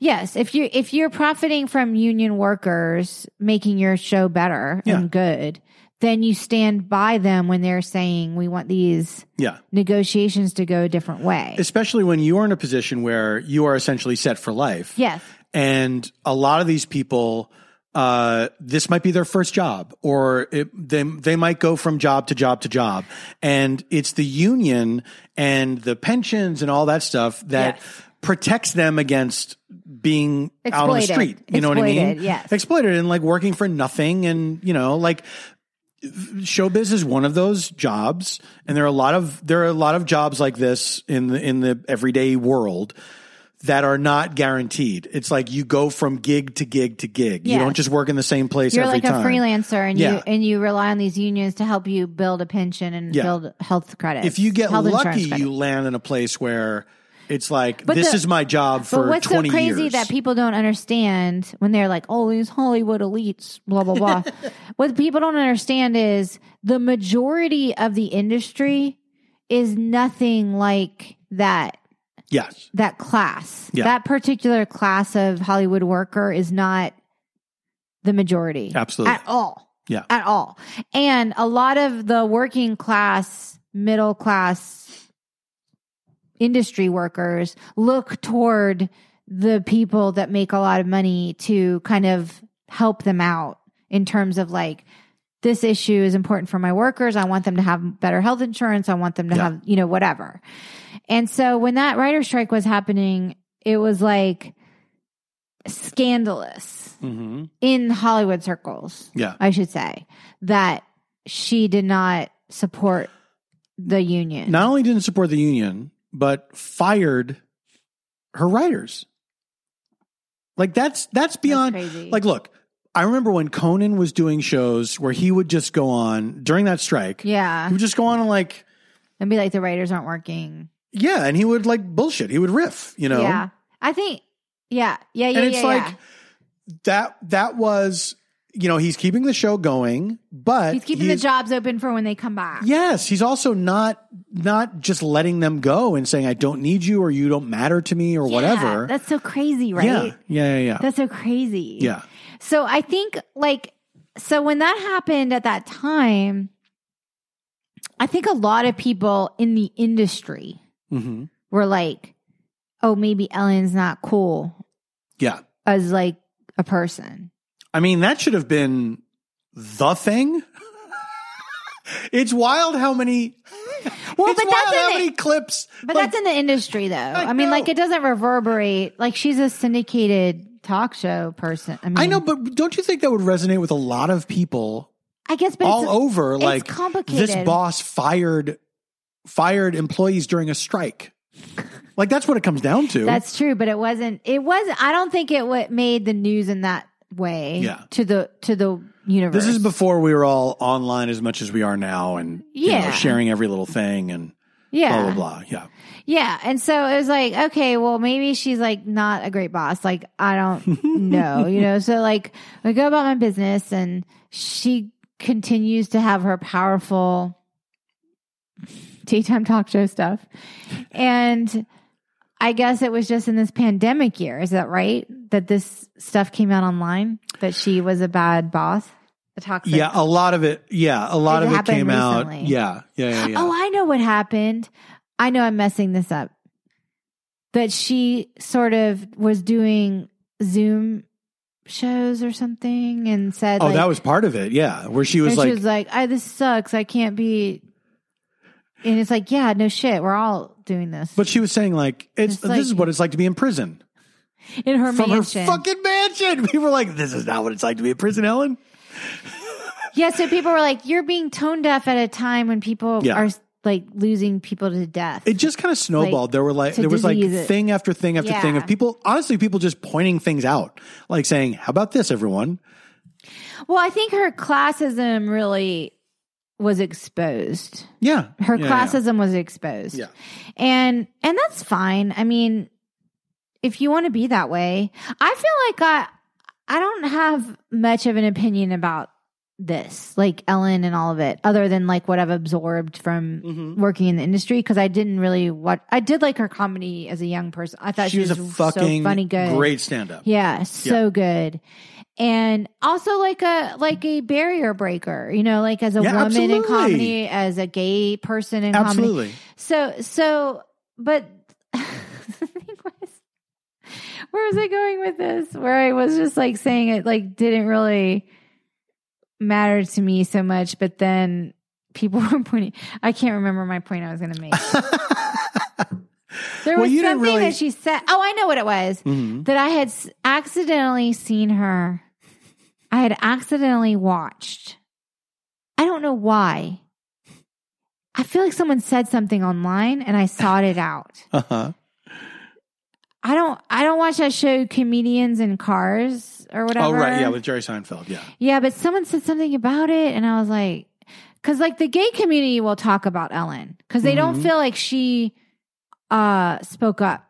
Yes, if you if you're profiting from union workers making your show better Yeah. and good, then you stand by them when they're saying we want these yeah negotiations to go a different way. especially when you are in a position where you are essentially set for life yes. and a lot of these people uh, this might be their first job or it, they, they might go from job to job to job and it's the union and the pensions and all that stuff that Yes. protects them against being out on the Exploited. street you know what i mean Exploited, yes. exploited and like working for nothing and you know like showbiz is one of those jobs and there are a lot of there are a lot of jobs like this in the in the everyday world that are not guaranteed. It's like you go from gig to gig to gig. You Yeah. don't just work in the same place You're every like time. a freelancer and Yeah. you and you rely on these unions to help you build a pension and Yeah. build health credits. if you get health insurance lucky, credits. you land in a place where it's like this the- is my job But for what's so twenty crazy years. that people don't understand when they're like, "Oh, these Hollywood elites," blah blah blah. what people don't understand is the majority of the industry is nothing like that. Yes. that class, Yeah. that particular class of Hollywood worker is not the majority Absolutely. at all. Yeah. At all. And a lot of the working class, middle class industry workers look toward the people that make a lot of money to kind of help them out in terms of like this issue is important for my workers. I want them to have better health insurance. I want them to Yeah. have, you know, whatever. And so when that writer strike was happening, it was like scandalous Mm-hmm. in Hollywood circles, Yeah. I should say, that she did not support the union. Not only didn't support the union, but fired her writers. Like that's that's That's beyond crazy. like look, I remember when Conan was doing shows where he would just go on during that strike. yeah, He would just go on and like and be like the writers aren't working. yeah, and he would like bullshit. He would riff, you know. Yeah, I think. Yeah, yeah, yeah, and it's yeah, like yeah. that that was you know, he's keeping the show going, but He's keeping the jobs open for when they come back. Yes, he's also not not just letting them go and saying I don't need you or you don't matter to me or Yeah, whatever. That's so crazy, right? Yeah, yeah, yeah, yeah. That's so crazy. yeah. So I think like so when that happened at that time, I think a lot of people in the industry hmm were like, "Oh, maybe Ellen's not cool Yeah. as like a person." I mean, that should have been the thing. it's wild how many. Well, it's but wild that's how in the- many clips. But like, that's in the industry, though. I, I mean, like know. it doesn't reverberate. Like she's a syndicated talk show person. I mean, I know, but don't you think that would resonate with a lot of people I guess, but all it's, over? it's Like complicated. this boss fired fired employees during a strike. like that's what it comes down to. That's true, but it wasn't. It was. I don't think it what made the news in that way. Yeah. To the to the universe. This is before we were all online as much as we are now and you know, Yeah. sharing every little thing and yeah. blah, blah, blah. Yeah. Yeah. And so it was like, okay, well, maybe she's like not a great boss. Like, I don't know, you know? So, like, I go about my business and she continues to have her powerful daytime talk show stuff. And I guess it was just in this pandemic year. Is that right? That this stuff came out online that she was a bad boss, a toxic. Yeah. A lot of it. Yeah. A lot It of it happened came out. recently. Yeah. Yeah. Yeah. yeah. Oh, I know what happened. I know I'm messing this up. But she sort of was doing Zoom shows or something and said, Oh, like, that was part of it. Yeah. Where she was and like, she was like, I, this sucks. I can't be. And it's like, yeah, no shit. We're all doing this. but she was saying, like, it's, It's this like- is what it's like to be in prison in her from mansion. her fucking mansion. We were like, this is not what it's like to be in prison, Ellen. yeah, so people were like, you're being tone deaf at a time when people Yeah. are like losing people to death. It just kind of snowballed. there were like, to there was like disease it. thing after thing after thing Yeah. of people, honestly, people just pointing things out, like saying, how about this, everyone? well, I think her classism really was exposed. Yeah. her Yeah, yeah. classism was exposed. Yeah. And and that's fine. I mean, if you want to be that way, I feel like I I don't have much of an opinion about this, like Ellen and all of it, other than like what I've absorbed from Mhm. working in the industry because I didn't really watch I did like her comedy as a young person. I thought she, She's a fucking so funny good. great stand up. Yeah, so good. And also like a like a barrier breaker, you know, like as a Yeah, woman in absolutely. comedy, as a gay person in comedy. Absolutely. So so but the thing was where was I going with this? Where I was just like saying it like didn't really matter to me so much, but then people were pointing I can't remember my point I was gonna make. There Well, was you didn't something really- that she said. Oh, I know what it was Mhm. that I had s- accidentally seen her. I had accidentally watched. I don't know why. I feel like someone said something online and I sought it out. Uh-huh. I don't I don't watch that show Comedians in Cars or whatever. Oh right, yeah, with Jerry Seinfeld, yeah. Yeah, but someone said something about it, and I was like, because like the gay community will talk about Ellen because they don't Mhm. feel like she uh spoke up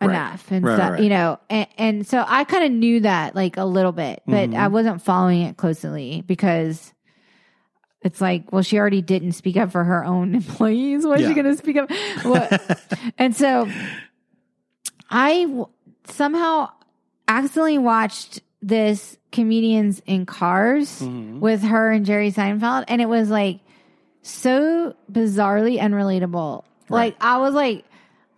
Right. enough and Right, stuff, right, right. you know, and, and so I kind of knew that like a little bit, but Mhm. I wasn't following it closely because. It's like, well, she already didn't speak up for her own employees. What is Yeah. she going to speak up? What? and so I w- somehow accidentally watched this comedians in cars Mhm. with her and Jerry Seinfeld, and it was like so bizarrely unrelatable. Right. Like I was like,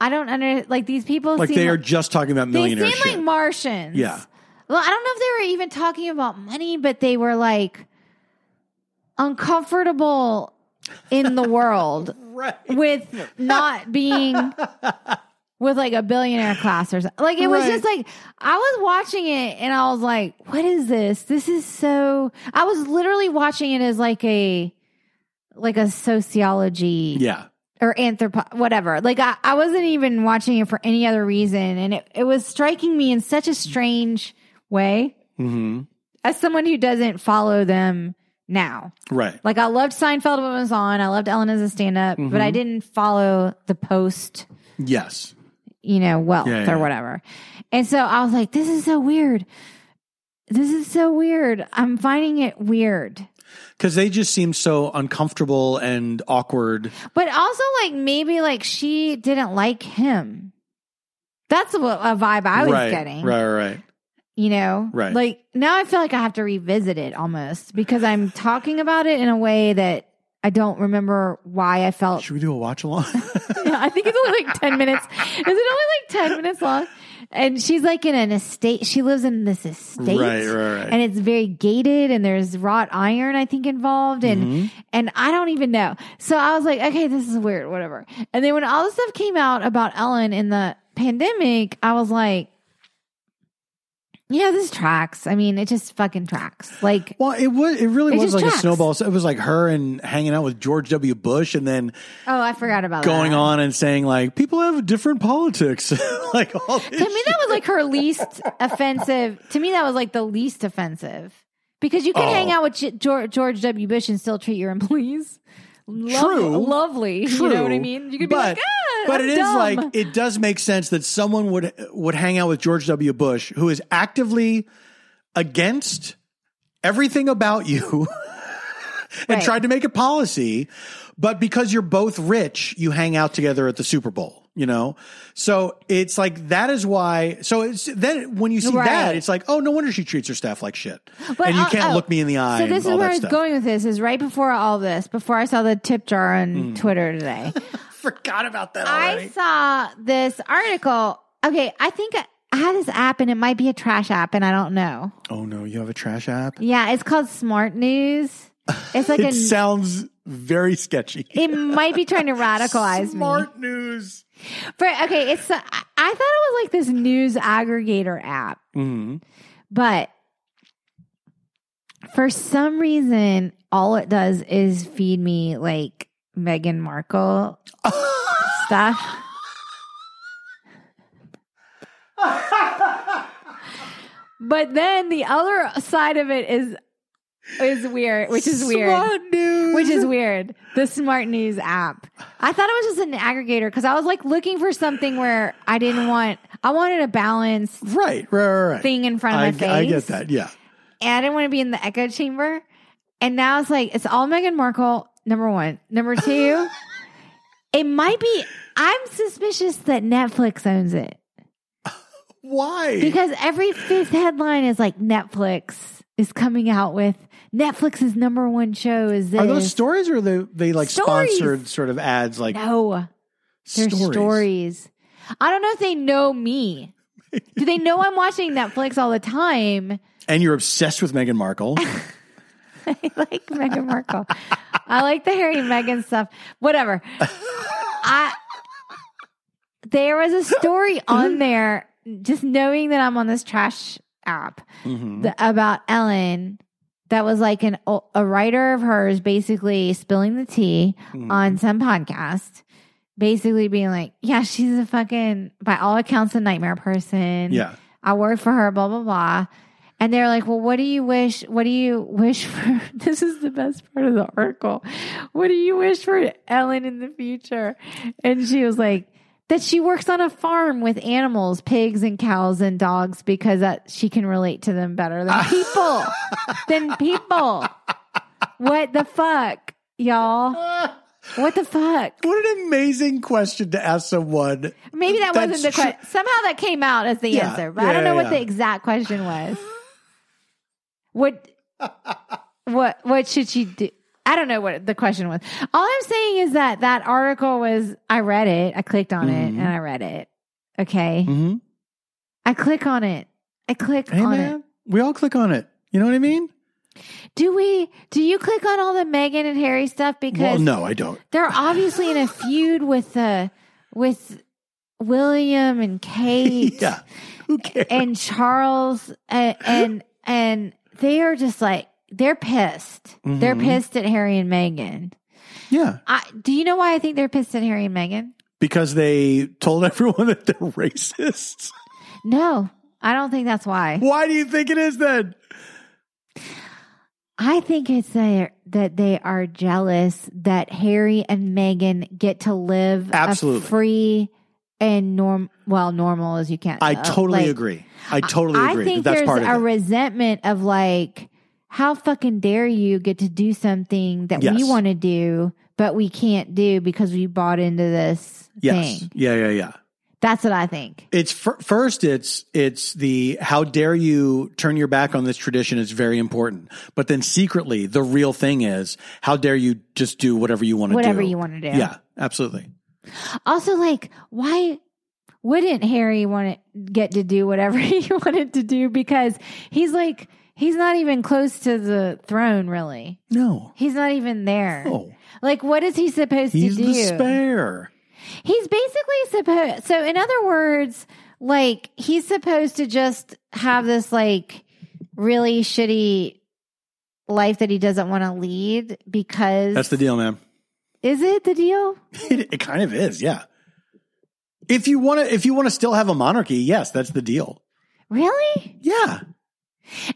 I don't under like these people Like seem they are just talking about they millionaire seem shit. like Martians. Yeah. Well, I don't know if they were even talking about money, but they were like uncomfortable in the world right. with not being with like a billionaire class or something. Like it was Right. just like I was watching it and I was like, what is this? This is so I was literally watching it as like a like a sociology Yeah. or anthropo whatever. Like I, I wasn't even watching it for any other reason. And it, it was striking me in such a strange way hmm as someone who doesn't follow them now. Right. Like I loved Seinfeld when it was on. I loved Ellen as a stand up, but Mm-hmm. I didn't follow the post, Yes. you know, wealth Yeah, yeah, or yeah. whatever. And so I was like, this is so weird. This is so weird. I'm finding it weird. Because they just seem so uncomfortable and awkward. But also like maybe like she didn't like him. That's what a vibe I was right. getting. Right. Right. right. You know? Right. Like now I feel like I have to revisit it almost because I'm talking about it in a way that I don't remember why I felt Should we do a watch along? Yeah, I think it's only like 10 minutes. Is it only like 10 minutes long? And she's like in an estate. She lives in this estate. Right, right, right. And it's very gated and there's wrought iron, I think, involved. And, Mm-hmm. and I don't even know. So I was like, okay, this is weird, whatever. And then when all this stuff came out about Ellen in the pandemic, I was like, yeah, this tracks. I mean, it just fucking tracks. Like, well, it was. It really It was just like a tracks. snowball. So It was like her and hanging out with George W. Bush, and then oh, I forgot about going that. on and saying like people have different politics, like all this. to me that was like her least offensive to me that was like the least offensive because you can Oh. hang out with Ge- George, George w bush and still treat your employees Lo- True. lovely True, you know what i mean you could be but, like ah, but I'm it is dumb." like it does make sense that someone would would hang out with George W. Bush, who is actively against everything about you, and Right. tried to make a policy, but because you're both rich, you hang out together at the Super Bowl. You know, so it's like that is why. So it's then when you see Right. that, it's like, oh, no wonder she treats her staff like shit, and you I'll- can't oh, look me in the eye. So this and is where all that I was stuff. going with this. Is right before all this, before I saw the tip jar on Mm. Twitter today, Forgot about that already. I saw this article. Okay, I think I, I had this app, and it might be a trash app, and I don't know. oh no, you have a trash app. Yeah, it's called Smart News. It's like it a sounds very sketchy. it might be trying to radicalize me. Smart news. But okay, it's uh, I I thought it was like this news aggregator app, Mm-hmm. but for some reason, all it does is feed me like Meghan Markle stuff. but then the other side of it is is weird, which is weird. Smart news. Which is weird. The smart news app. I thought it was just an aggregator because I was like looking for something where I didn't want. I wanted a balanced right, right, right. right. thing in front of I, my face. I get that. Yeah. And I didn't want to be in the echo chamber. And now it's like it's all Meghan Markle. Number one. Number two. it might be. I'm suspicious that Netflix owns it Why? because every fifth headline is like Netflix is coming out with Netflix's number one show is this. are those stories or are they, they like Stories. sponsored sort of ads like no. Their stories? stories. I don't know if they know me. Do they know I'm watching Netflix all the time? And you're obsessed with Meghan Markle. Mm-hmm. I like Meghan Markle. I like the Harry and Meghan stuff. Whatever. I there was a story on there, just knowing that I'm on this trash app Mhm. th- about Ellen. That was like an a writer of hers basically spilling the tea Mhm. on some podcast, basically being like, "Yeah, she's a fucking by all accounts a nightmare person. yeah. I work for her, blah blah blah." And they're like, "Well, what do you wish? What do you wish for?" This is the best part of the article. What do you wish for Ellen in the future? And she was like, "That she works on a farm with animals, pigs and cows and dogs, because that she can relate to them better than people than people." What the fuck, y'all? What the fuck? What an amazing question to ask someone. Maybe that That's wasn't the true. question. Somehow that came out as the Yeah. answer, but Yeah, I don't know yeah, what yeah. the exact question was. What what what should she do? I don't know what the question was. All I'm saying is that that article was I read it, I clicked on it, Mhm. and I read it. Okay, Mm-hmm. I click on it. I click Hey, on man. We all click on it. You know what I mean? it. Do we? Do you click on all the Megan and Harry stuff Well, because no, I don't. they're obviously in a feud with the with William and Kate? yeah. Who cares? and Charles and and, and they are just like they're pissed. They're Mhm. pissed at Harry and Meghan. yeah. I, do you know why I think they're pissed at Harry and Meghan? Because they told everyone that they're racists. No, I don't think that's why. Why do you think it is then? I think it's their- that they are jealous that Harry and Meghan get to live a Absolutely. free and norm well normal as you can. I uh, totally like, agree. I totally I agree. think That's there's part of a it. resentment of like, how fucking dare you get to do something that we Yes. want to do, but we can't do because we bought into this yes. thing. Yeah, yeah, yeah. That's what I think. It's fir- first. It's it's the how dare you turn your back on this tradition is very important. But then secretly, the real thing is how dare you just do whatever you want to do. Whatever you want to do. Yeah. absolutely. Also, like, why wouldn't Harry want to get to do whatever he wanted to do? Because he's like, he's not even close to the throne, really. No. He's not even there. Oh, Like, what is he supposed he's to do? the spare. He's basically supposed. So, in other words, like he's supposed to just have this like really shitty life that he doesn't want to lead because That's the deal, man. is it the deal? It, it kind of is. Yeah. If you want to, if you want to still have a monarchy, yes, that's the deal. Really? Yeah.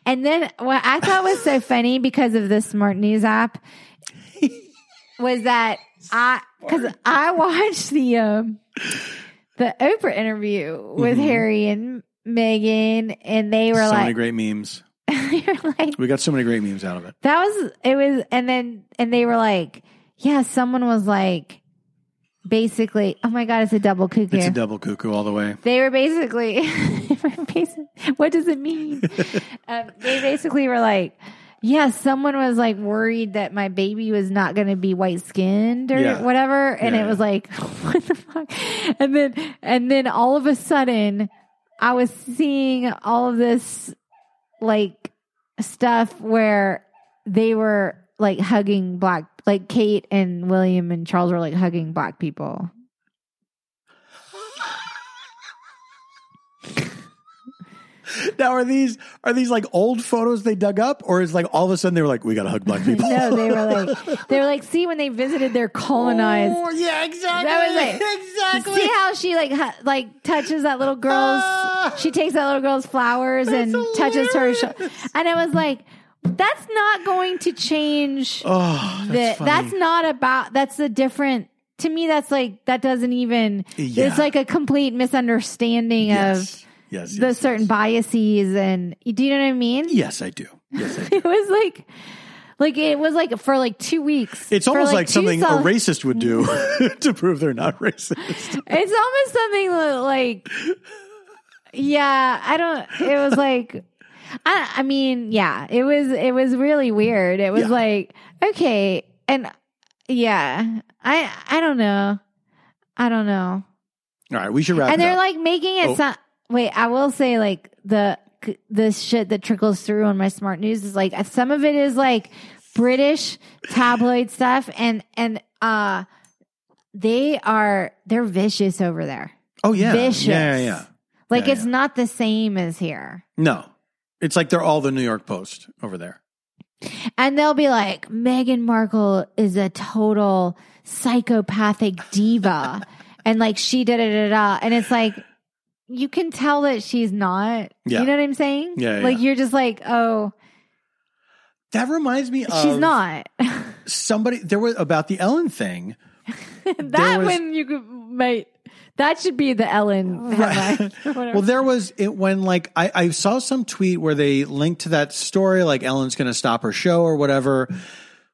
And then what I thought was so funny because of the smart news app was that I because I watched the um the Oprah interview with Mhm. Harry and Megan, and they were so many like, great memes. they were like, We got so many great memes out of it. That was it was and then and they were like, yeah, someone was like basically, oh my god, it's a double cuckoo. It's a double cuckoo all the way. they were basically, they were basi- what does it mean? um, they basically were like, yeah, someone was like worried that my baby was not going to be white skinned or Yeah. whatever, and Yeah, it was like, what the fuck? And then and then all of a sudden, I was seeing all of this like stuff where they were like hugging black like Kate and William and Charles were like hugging black people. Now are these are these like old photos they dug up, or is like all of a sudden they were like, we gotta hug black people? No, they were like they were like see when they visited they're colonized. Oh, yeah, exactly. That was like- exactly. See how she like hu- like touches that little girl's Ah. she takes that little girl's flowers and That's touches her hilarious. sh- and I was like that's not going to change oh, that's, that funny. that's not about that's a different to me that's like that doesn't even Yeah. it's like a complete misunderstanding of yes. Yes, yes, the yes. certain biases and do you know what I mean? Yes, I do. Yes, I do. It was like like it was like for like two weeks. It's For, almost like, two something a solid- racist would do to prove they're not racist. It's almost something that, like, yeah, I don't. It was like, I, I mean, yeah, it was. It was really weird. It was Yeah. like, okay, and yeah, I, I don't know, I don't know. All right, we should wrap and it they're up. like making it Oh. sound. Wait, I will say like the the shit that trickles through on my smart news is like some of it is like British tabloid stuff, and and uh, they are they're vicious over there. oh yeah. vicious. yeah, yeah, yeah. Like Yeah, it's yeah. not the same as here. No, it's like they're all the New York Post over there. And they'll be like, Meghan Markle is a total psychopathic diva. and like she da da da da. And it's like you can tell that she's not. Yeah. You know what I'm saying? Yeah, yeah, Like yeah. you're just like, oh, That reminds me of she's not. somebody. There was about the Ellen thing. that was- when you could mate that should be the Ellen headline. Whatever. Well, there was it when like I, I saw some tweet where they linked to that story, like Ellen's going to stop her show or whatever.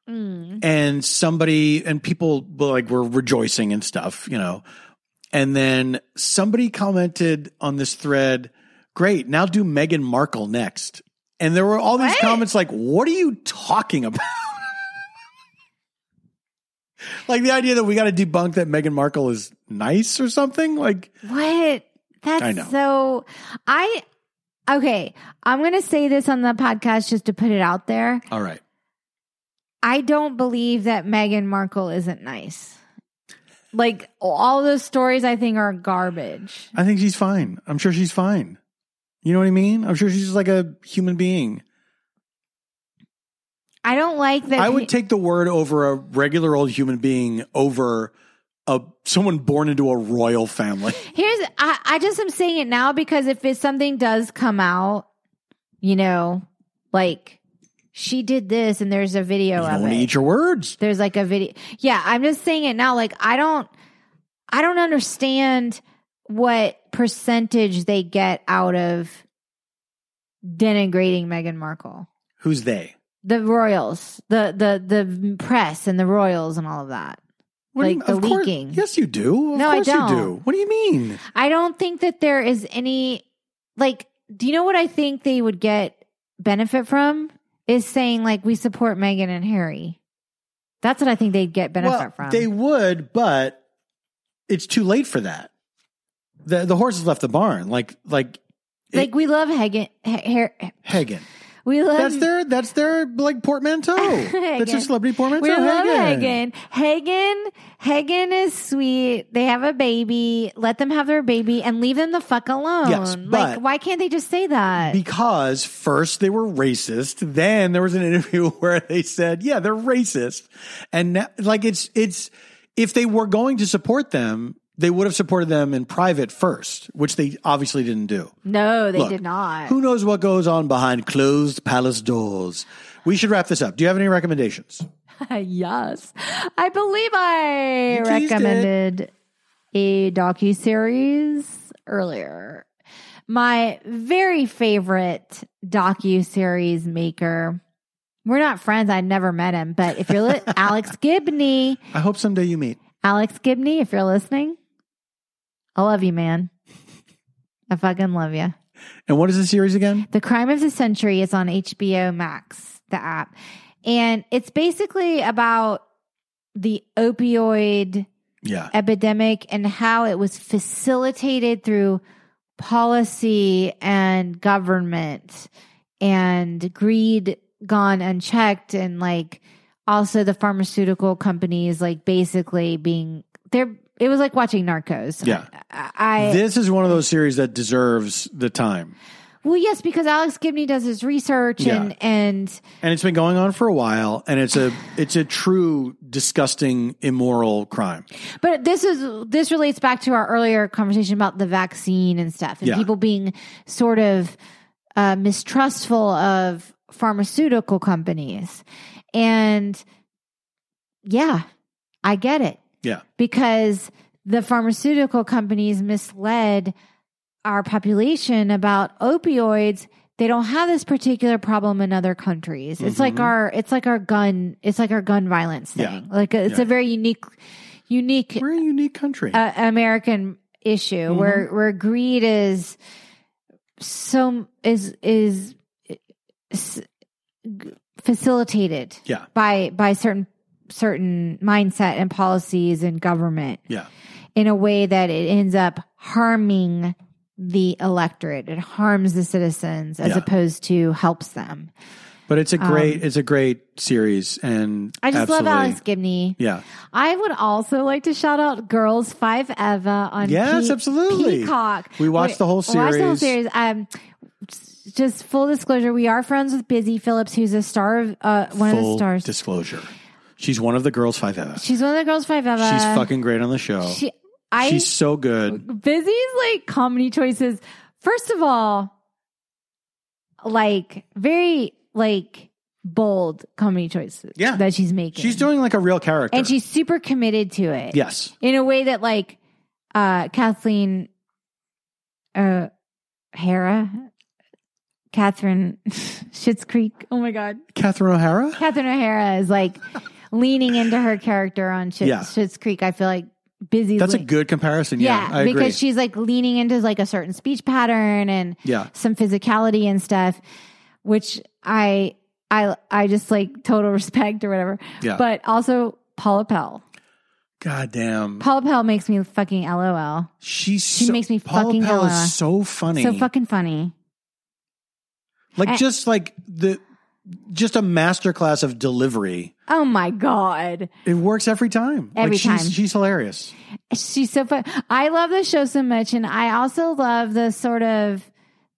Mm. and somebody and people like were rejoicing and stuff, you know. And then somebody commented on this thread, "Great, now do Meghan Markle next." And there were all these What? comments like, "What are you talking about?" like the idea that we got to debunk that Meghan Markle is nice or something. Like, What? That's I know. so. I okay. I'm going to say this on the podcast just to put it out there. all right, I don't believe that Meghan Markle isn't nice. Like all those stories, I think are garbage. I think she's fine. I'm sure she's fine. You know what I mean? I'm sure she's just like a human being. I don't like that. I he- would take the word over a regular old human being over a someone born into a royal family. Here's I, I just am saying it now because if it, something does come out, you know, like she did this and there's a video you of don't it. want to eat your words. there's like a video. Yeah, I'm just saying it now. Like I don't I don't understand what percentage they get out of denigrating Meghan Markle. Who's they? The royals, the the the press and the royals and all of that. What do you Like mean? the Of course- leaking. yes, you do. Of No, I course don't. you do. What do you mean? I don't think that there is any like do you know what I think they would get benefit from is saying like we support Meghan and Harry. That's what I think they'd get benefit Well, from. They would, but it's too late for that. The the horse has left the barn. Like like like we love Hagen, ha- Har- Hagen. we love That's their that's their like portmanteau. That's Hagen. their celebrity portmanteau. we love Hagen. Hagen. Hagen Hagen is sweet. They have a baby. Let them have their baby and leave them the fuck alone. Yes, like but- why can't they just say that? Because first they were racist, then there was an interview where they said, "Yeah, they're racist," and now, like it's it's if they were going to support them, they would have supported them in private first, which they obviously didn't do. no, they Look, did not. Who knows what goes on behind closed palace doors? We should wrap this up. Do you have any recommendations? yes. I believe I You teased recommended a docu series earlier. My very favorite docu series maker. We're not friends. I never met him, but if you're li- Alex Gibney, I hope someday you meet. Alex Gibney, if you're listening, I love you, man. I fucking love you. And what is the series again? The Crime of the Century is on HBO Max, the app. And it's basically about the opioid Yeah, epidemic and how it was facilitated through policy and government and greed gone unchecked and like also the pharmaceutical companies like basically being they're it was like watching narcos Yeah. i, I this is one of those series that deserves the time, well yes because alex gibney does his research and and and it's been going on for a while, and it's a it's a true disgusting immoral crime. But this is this relates back to our earlier conversation about the vaccine and stuff, and Yeah. people being sort of uh, mistrustful of pharmaceutical companies, and yeah, I get it Yeah. because the pharmaceutical companies misled our population about opioids they don't have this particular problem in other countries it's like Mhm. our it's like our gun it's like our gun violence Yeah. thing like it's Yeah. a very unique unique We're a unique country. uh, American issue Mm-hmm. where where greed is so is is, is facilitated Yeah. by by certain certain mindset and policies and government yeah. in a way that it ends up harming the electorate it harms the citizens as Yeah. opposed to helps them But it's a great um, it's a great series and i just absolutely, love alex gibney Yeah. i would also like to shout out girls five eva on Yes, Pe- absolutely. peacock We watched Wait, the whole I series. Watched the whole series. Um, s- just full disclosure, we are friends with Busy Phillips, who's a star of uh, one of Full the stars. disclosure. She's one of the girls five Eva. She's She's one of the girls five ever. fucking great on the show. She, I She's so good. Busy's like comedy choices. First of all, like very like bold comedy choices. Yeah. that she's making. She's doing like a real character. and she's super committed to it. Yes. in a way that like uh Kathleen uh Hara Catherine Schitt's Creek. Oh my God. Catherine O'Hara? Catherine O'Hara is like leaning into her character on Schitt, Yeah. Schitt's Creek. I feel like busy. That's a le- good comparison. Yeah, I agree. because she's like leaning into like a certain speech pattern and yeah, some physicality and stuff, which I I I just like total respect or whatever. yeah. But also Paula Pell. God damn. Paula Pell makes me fucking LOL. She's She so- makes me Paula fucking Pell hella- is so funny. So fucking funny. like and- just like the just a masterclass of delivery. Oh my god. It works every time. Every like she's, time. She's hilarious. She's so fun. I love the show so much, and I also love the sort of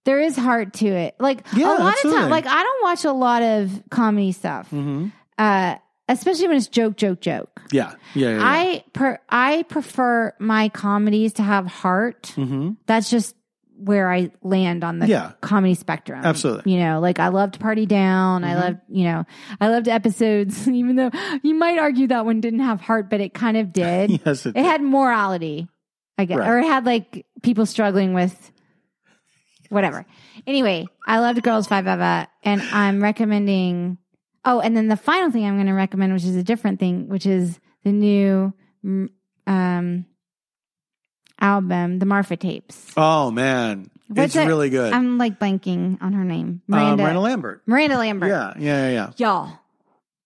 there is heart to it. Like a Yeah, lot of absolutely. time, like I don't watch a lot of comedy stuff, Mm-hmm. uh, especially when it's joke, joke, joke. Yeah, yeah, yeah. yeah. I per- I prefer my comedies to have heart. hmm That's just where I land on the Yeah. comedy spectrum. Absolutely. You know, like I loved Party Down. I Mhm. loved, you know, I loved episodes, even though you might argue that one didn't have heart, but it kind of did. Yes, it, It had morality, I guess, Right. or it had like people struggling with whatever. Anyway, I loved Girls Five Eva, and I'm recommending. Oh, and then the final thing I'm going to recommend, which is a different thing, which is the new mm, um, album, the Marfa tapes. Oh man, What's it's it- really good. I'm like blanking on her name, Um, Miranda. Miranda Lambert. Miranda Lambert. Yeah, yeah, yeah, yeah. Y'all,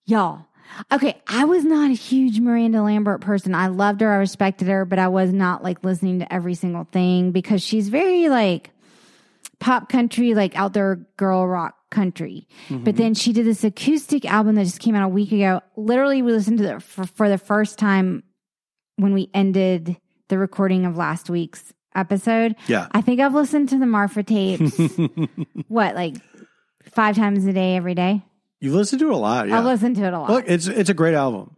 y'all. Okay, I was not a huge Miranda Lambert person. I loved her, I respected her, but I was not like listening to every single thing because she's very like pop country, like out there girl rock country. Mm-hmm. But then she did this acoustic album that just came out a week ago. Literally, we listened to it for, for the first time when we ended the recording of last week's episode. Yeah. I think I've listened to the Marfa tapes, what, like five times a day, every day? You've listened to it a lot. Yeah. I listen to it a lot. Look, it's it's a great album.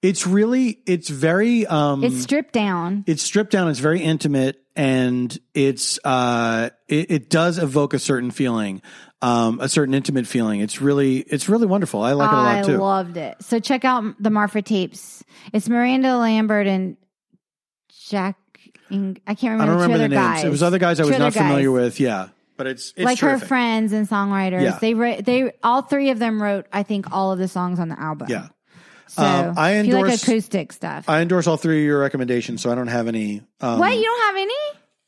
It's really it's very um it's stripped down. it's stripped down, it's very intimate and it's uh it, it does evoke a certain feeling, um a certain intimate feeling. It's really it's really wonderful. I like it a lot I too. loved it. So check out the Marfa tapes. It's Miranda Lambert and Jack. Ing- I can't I remember, don't two remember the other names. guys. It was other guys I Two was other not familiar guys. with, yeah. But it's it's like her terrific. friends and songwriters. Yeah. They wrote. They all three of them wrote. I think all of the songs on the album. Yeah. So Um, I if you like endorse- Um, acoustic stuff. I endorse all three of your recommendations, so I don't have any um what you don't have any?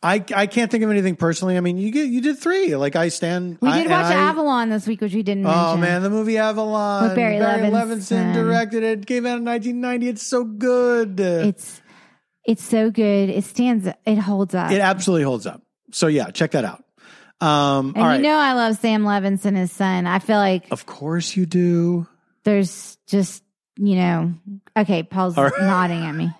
I I can't think of anything personally. I mean, you get you did three. Like I stand. We I- did and watch I- Avalon this week, which we didn't. Oh mention. man, the movie Avalon. With Barry Levinson. directed it. Came out in 1990. It's so good. it's it's so good. It stands. It holds up. it absolutely holds up. So yeah, check that out. Um, and all you right. know, I love Sam Levinson, his son. I feel like of course you do. there's just you know okay paul's All right. nodding at me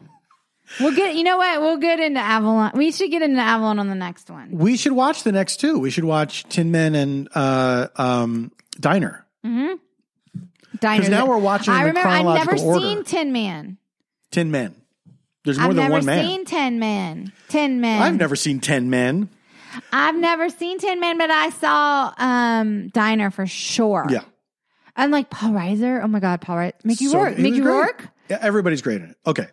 we'll get you know what we'll get into avalon we should get into avalon on the next one We should watch the next two. We should watch Tin Men and uh, um, Diner Diners. because now we're watching. i them in remember i've never chronological order. seen tin man Tin Men. There's more i've than never one man. seen tin man tin man I've never seen Ten Men. I've never seen tin man but i saw um diner for sure Yeah. and like paul reiser oh my god paul reiser mickey So- rourke he was mickey great. rourke Yeah, Everybody's great in it. Okay.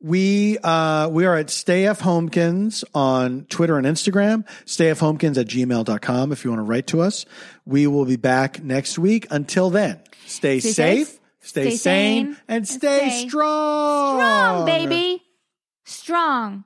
We uh, we are at Stay F Homekins on Twitter and Instagram, stayfhomekins at gmail.com if you want to write to us. We will be back next week. Until then, stay, Stay safe, safe, stay, stay sane, sane, and stay, stay strong. strong baby strong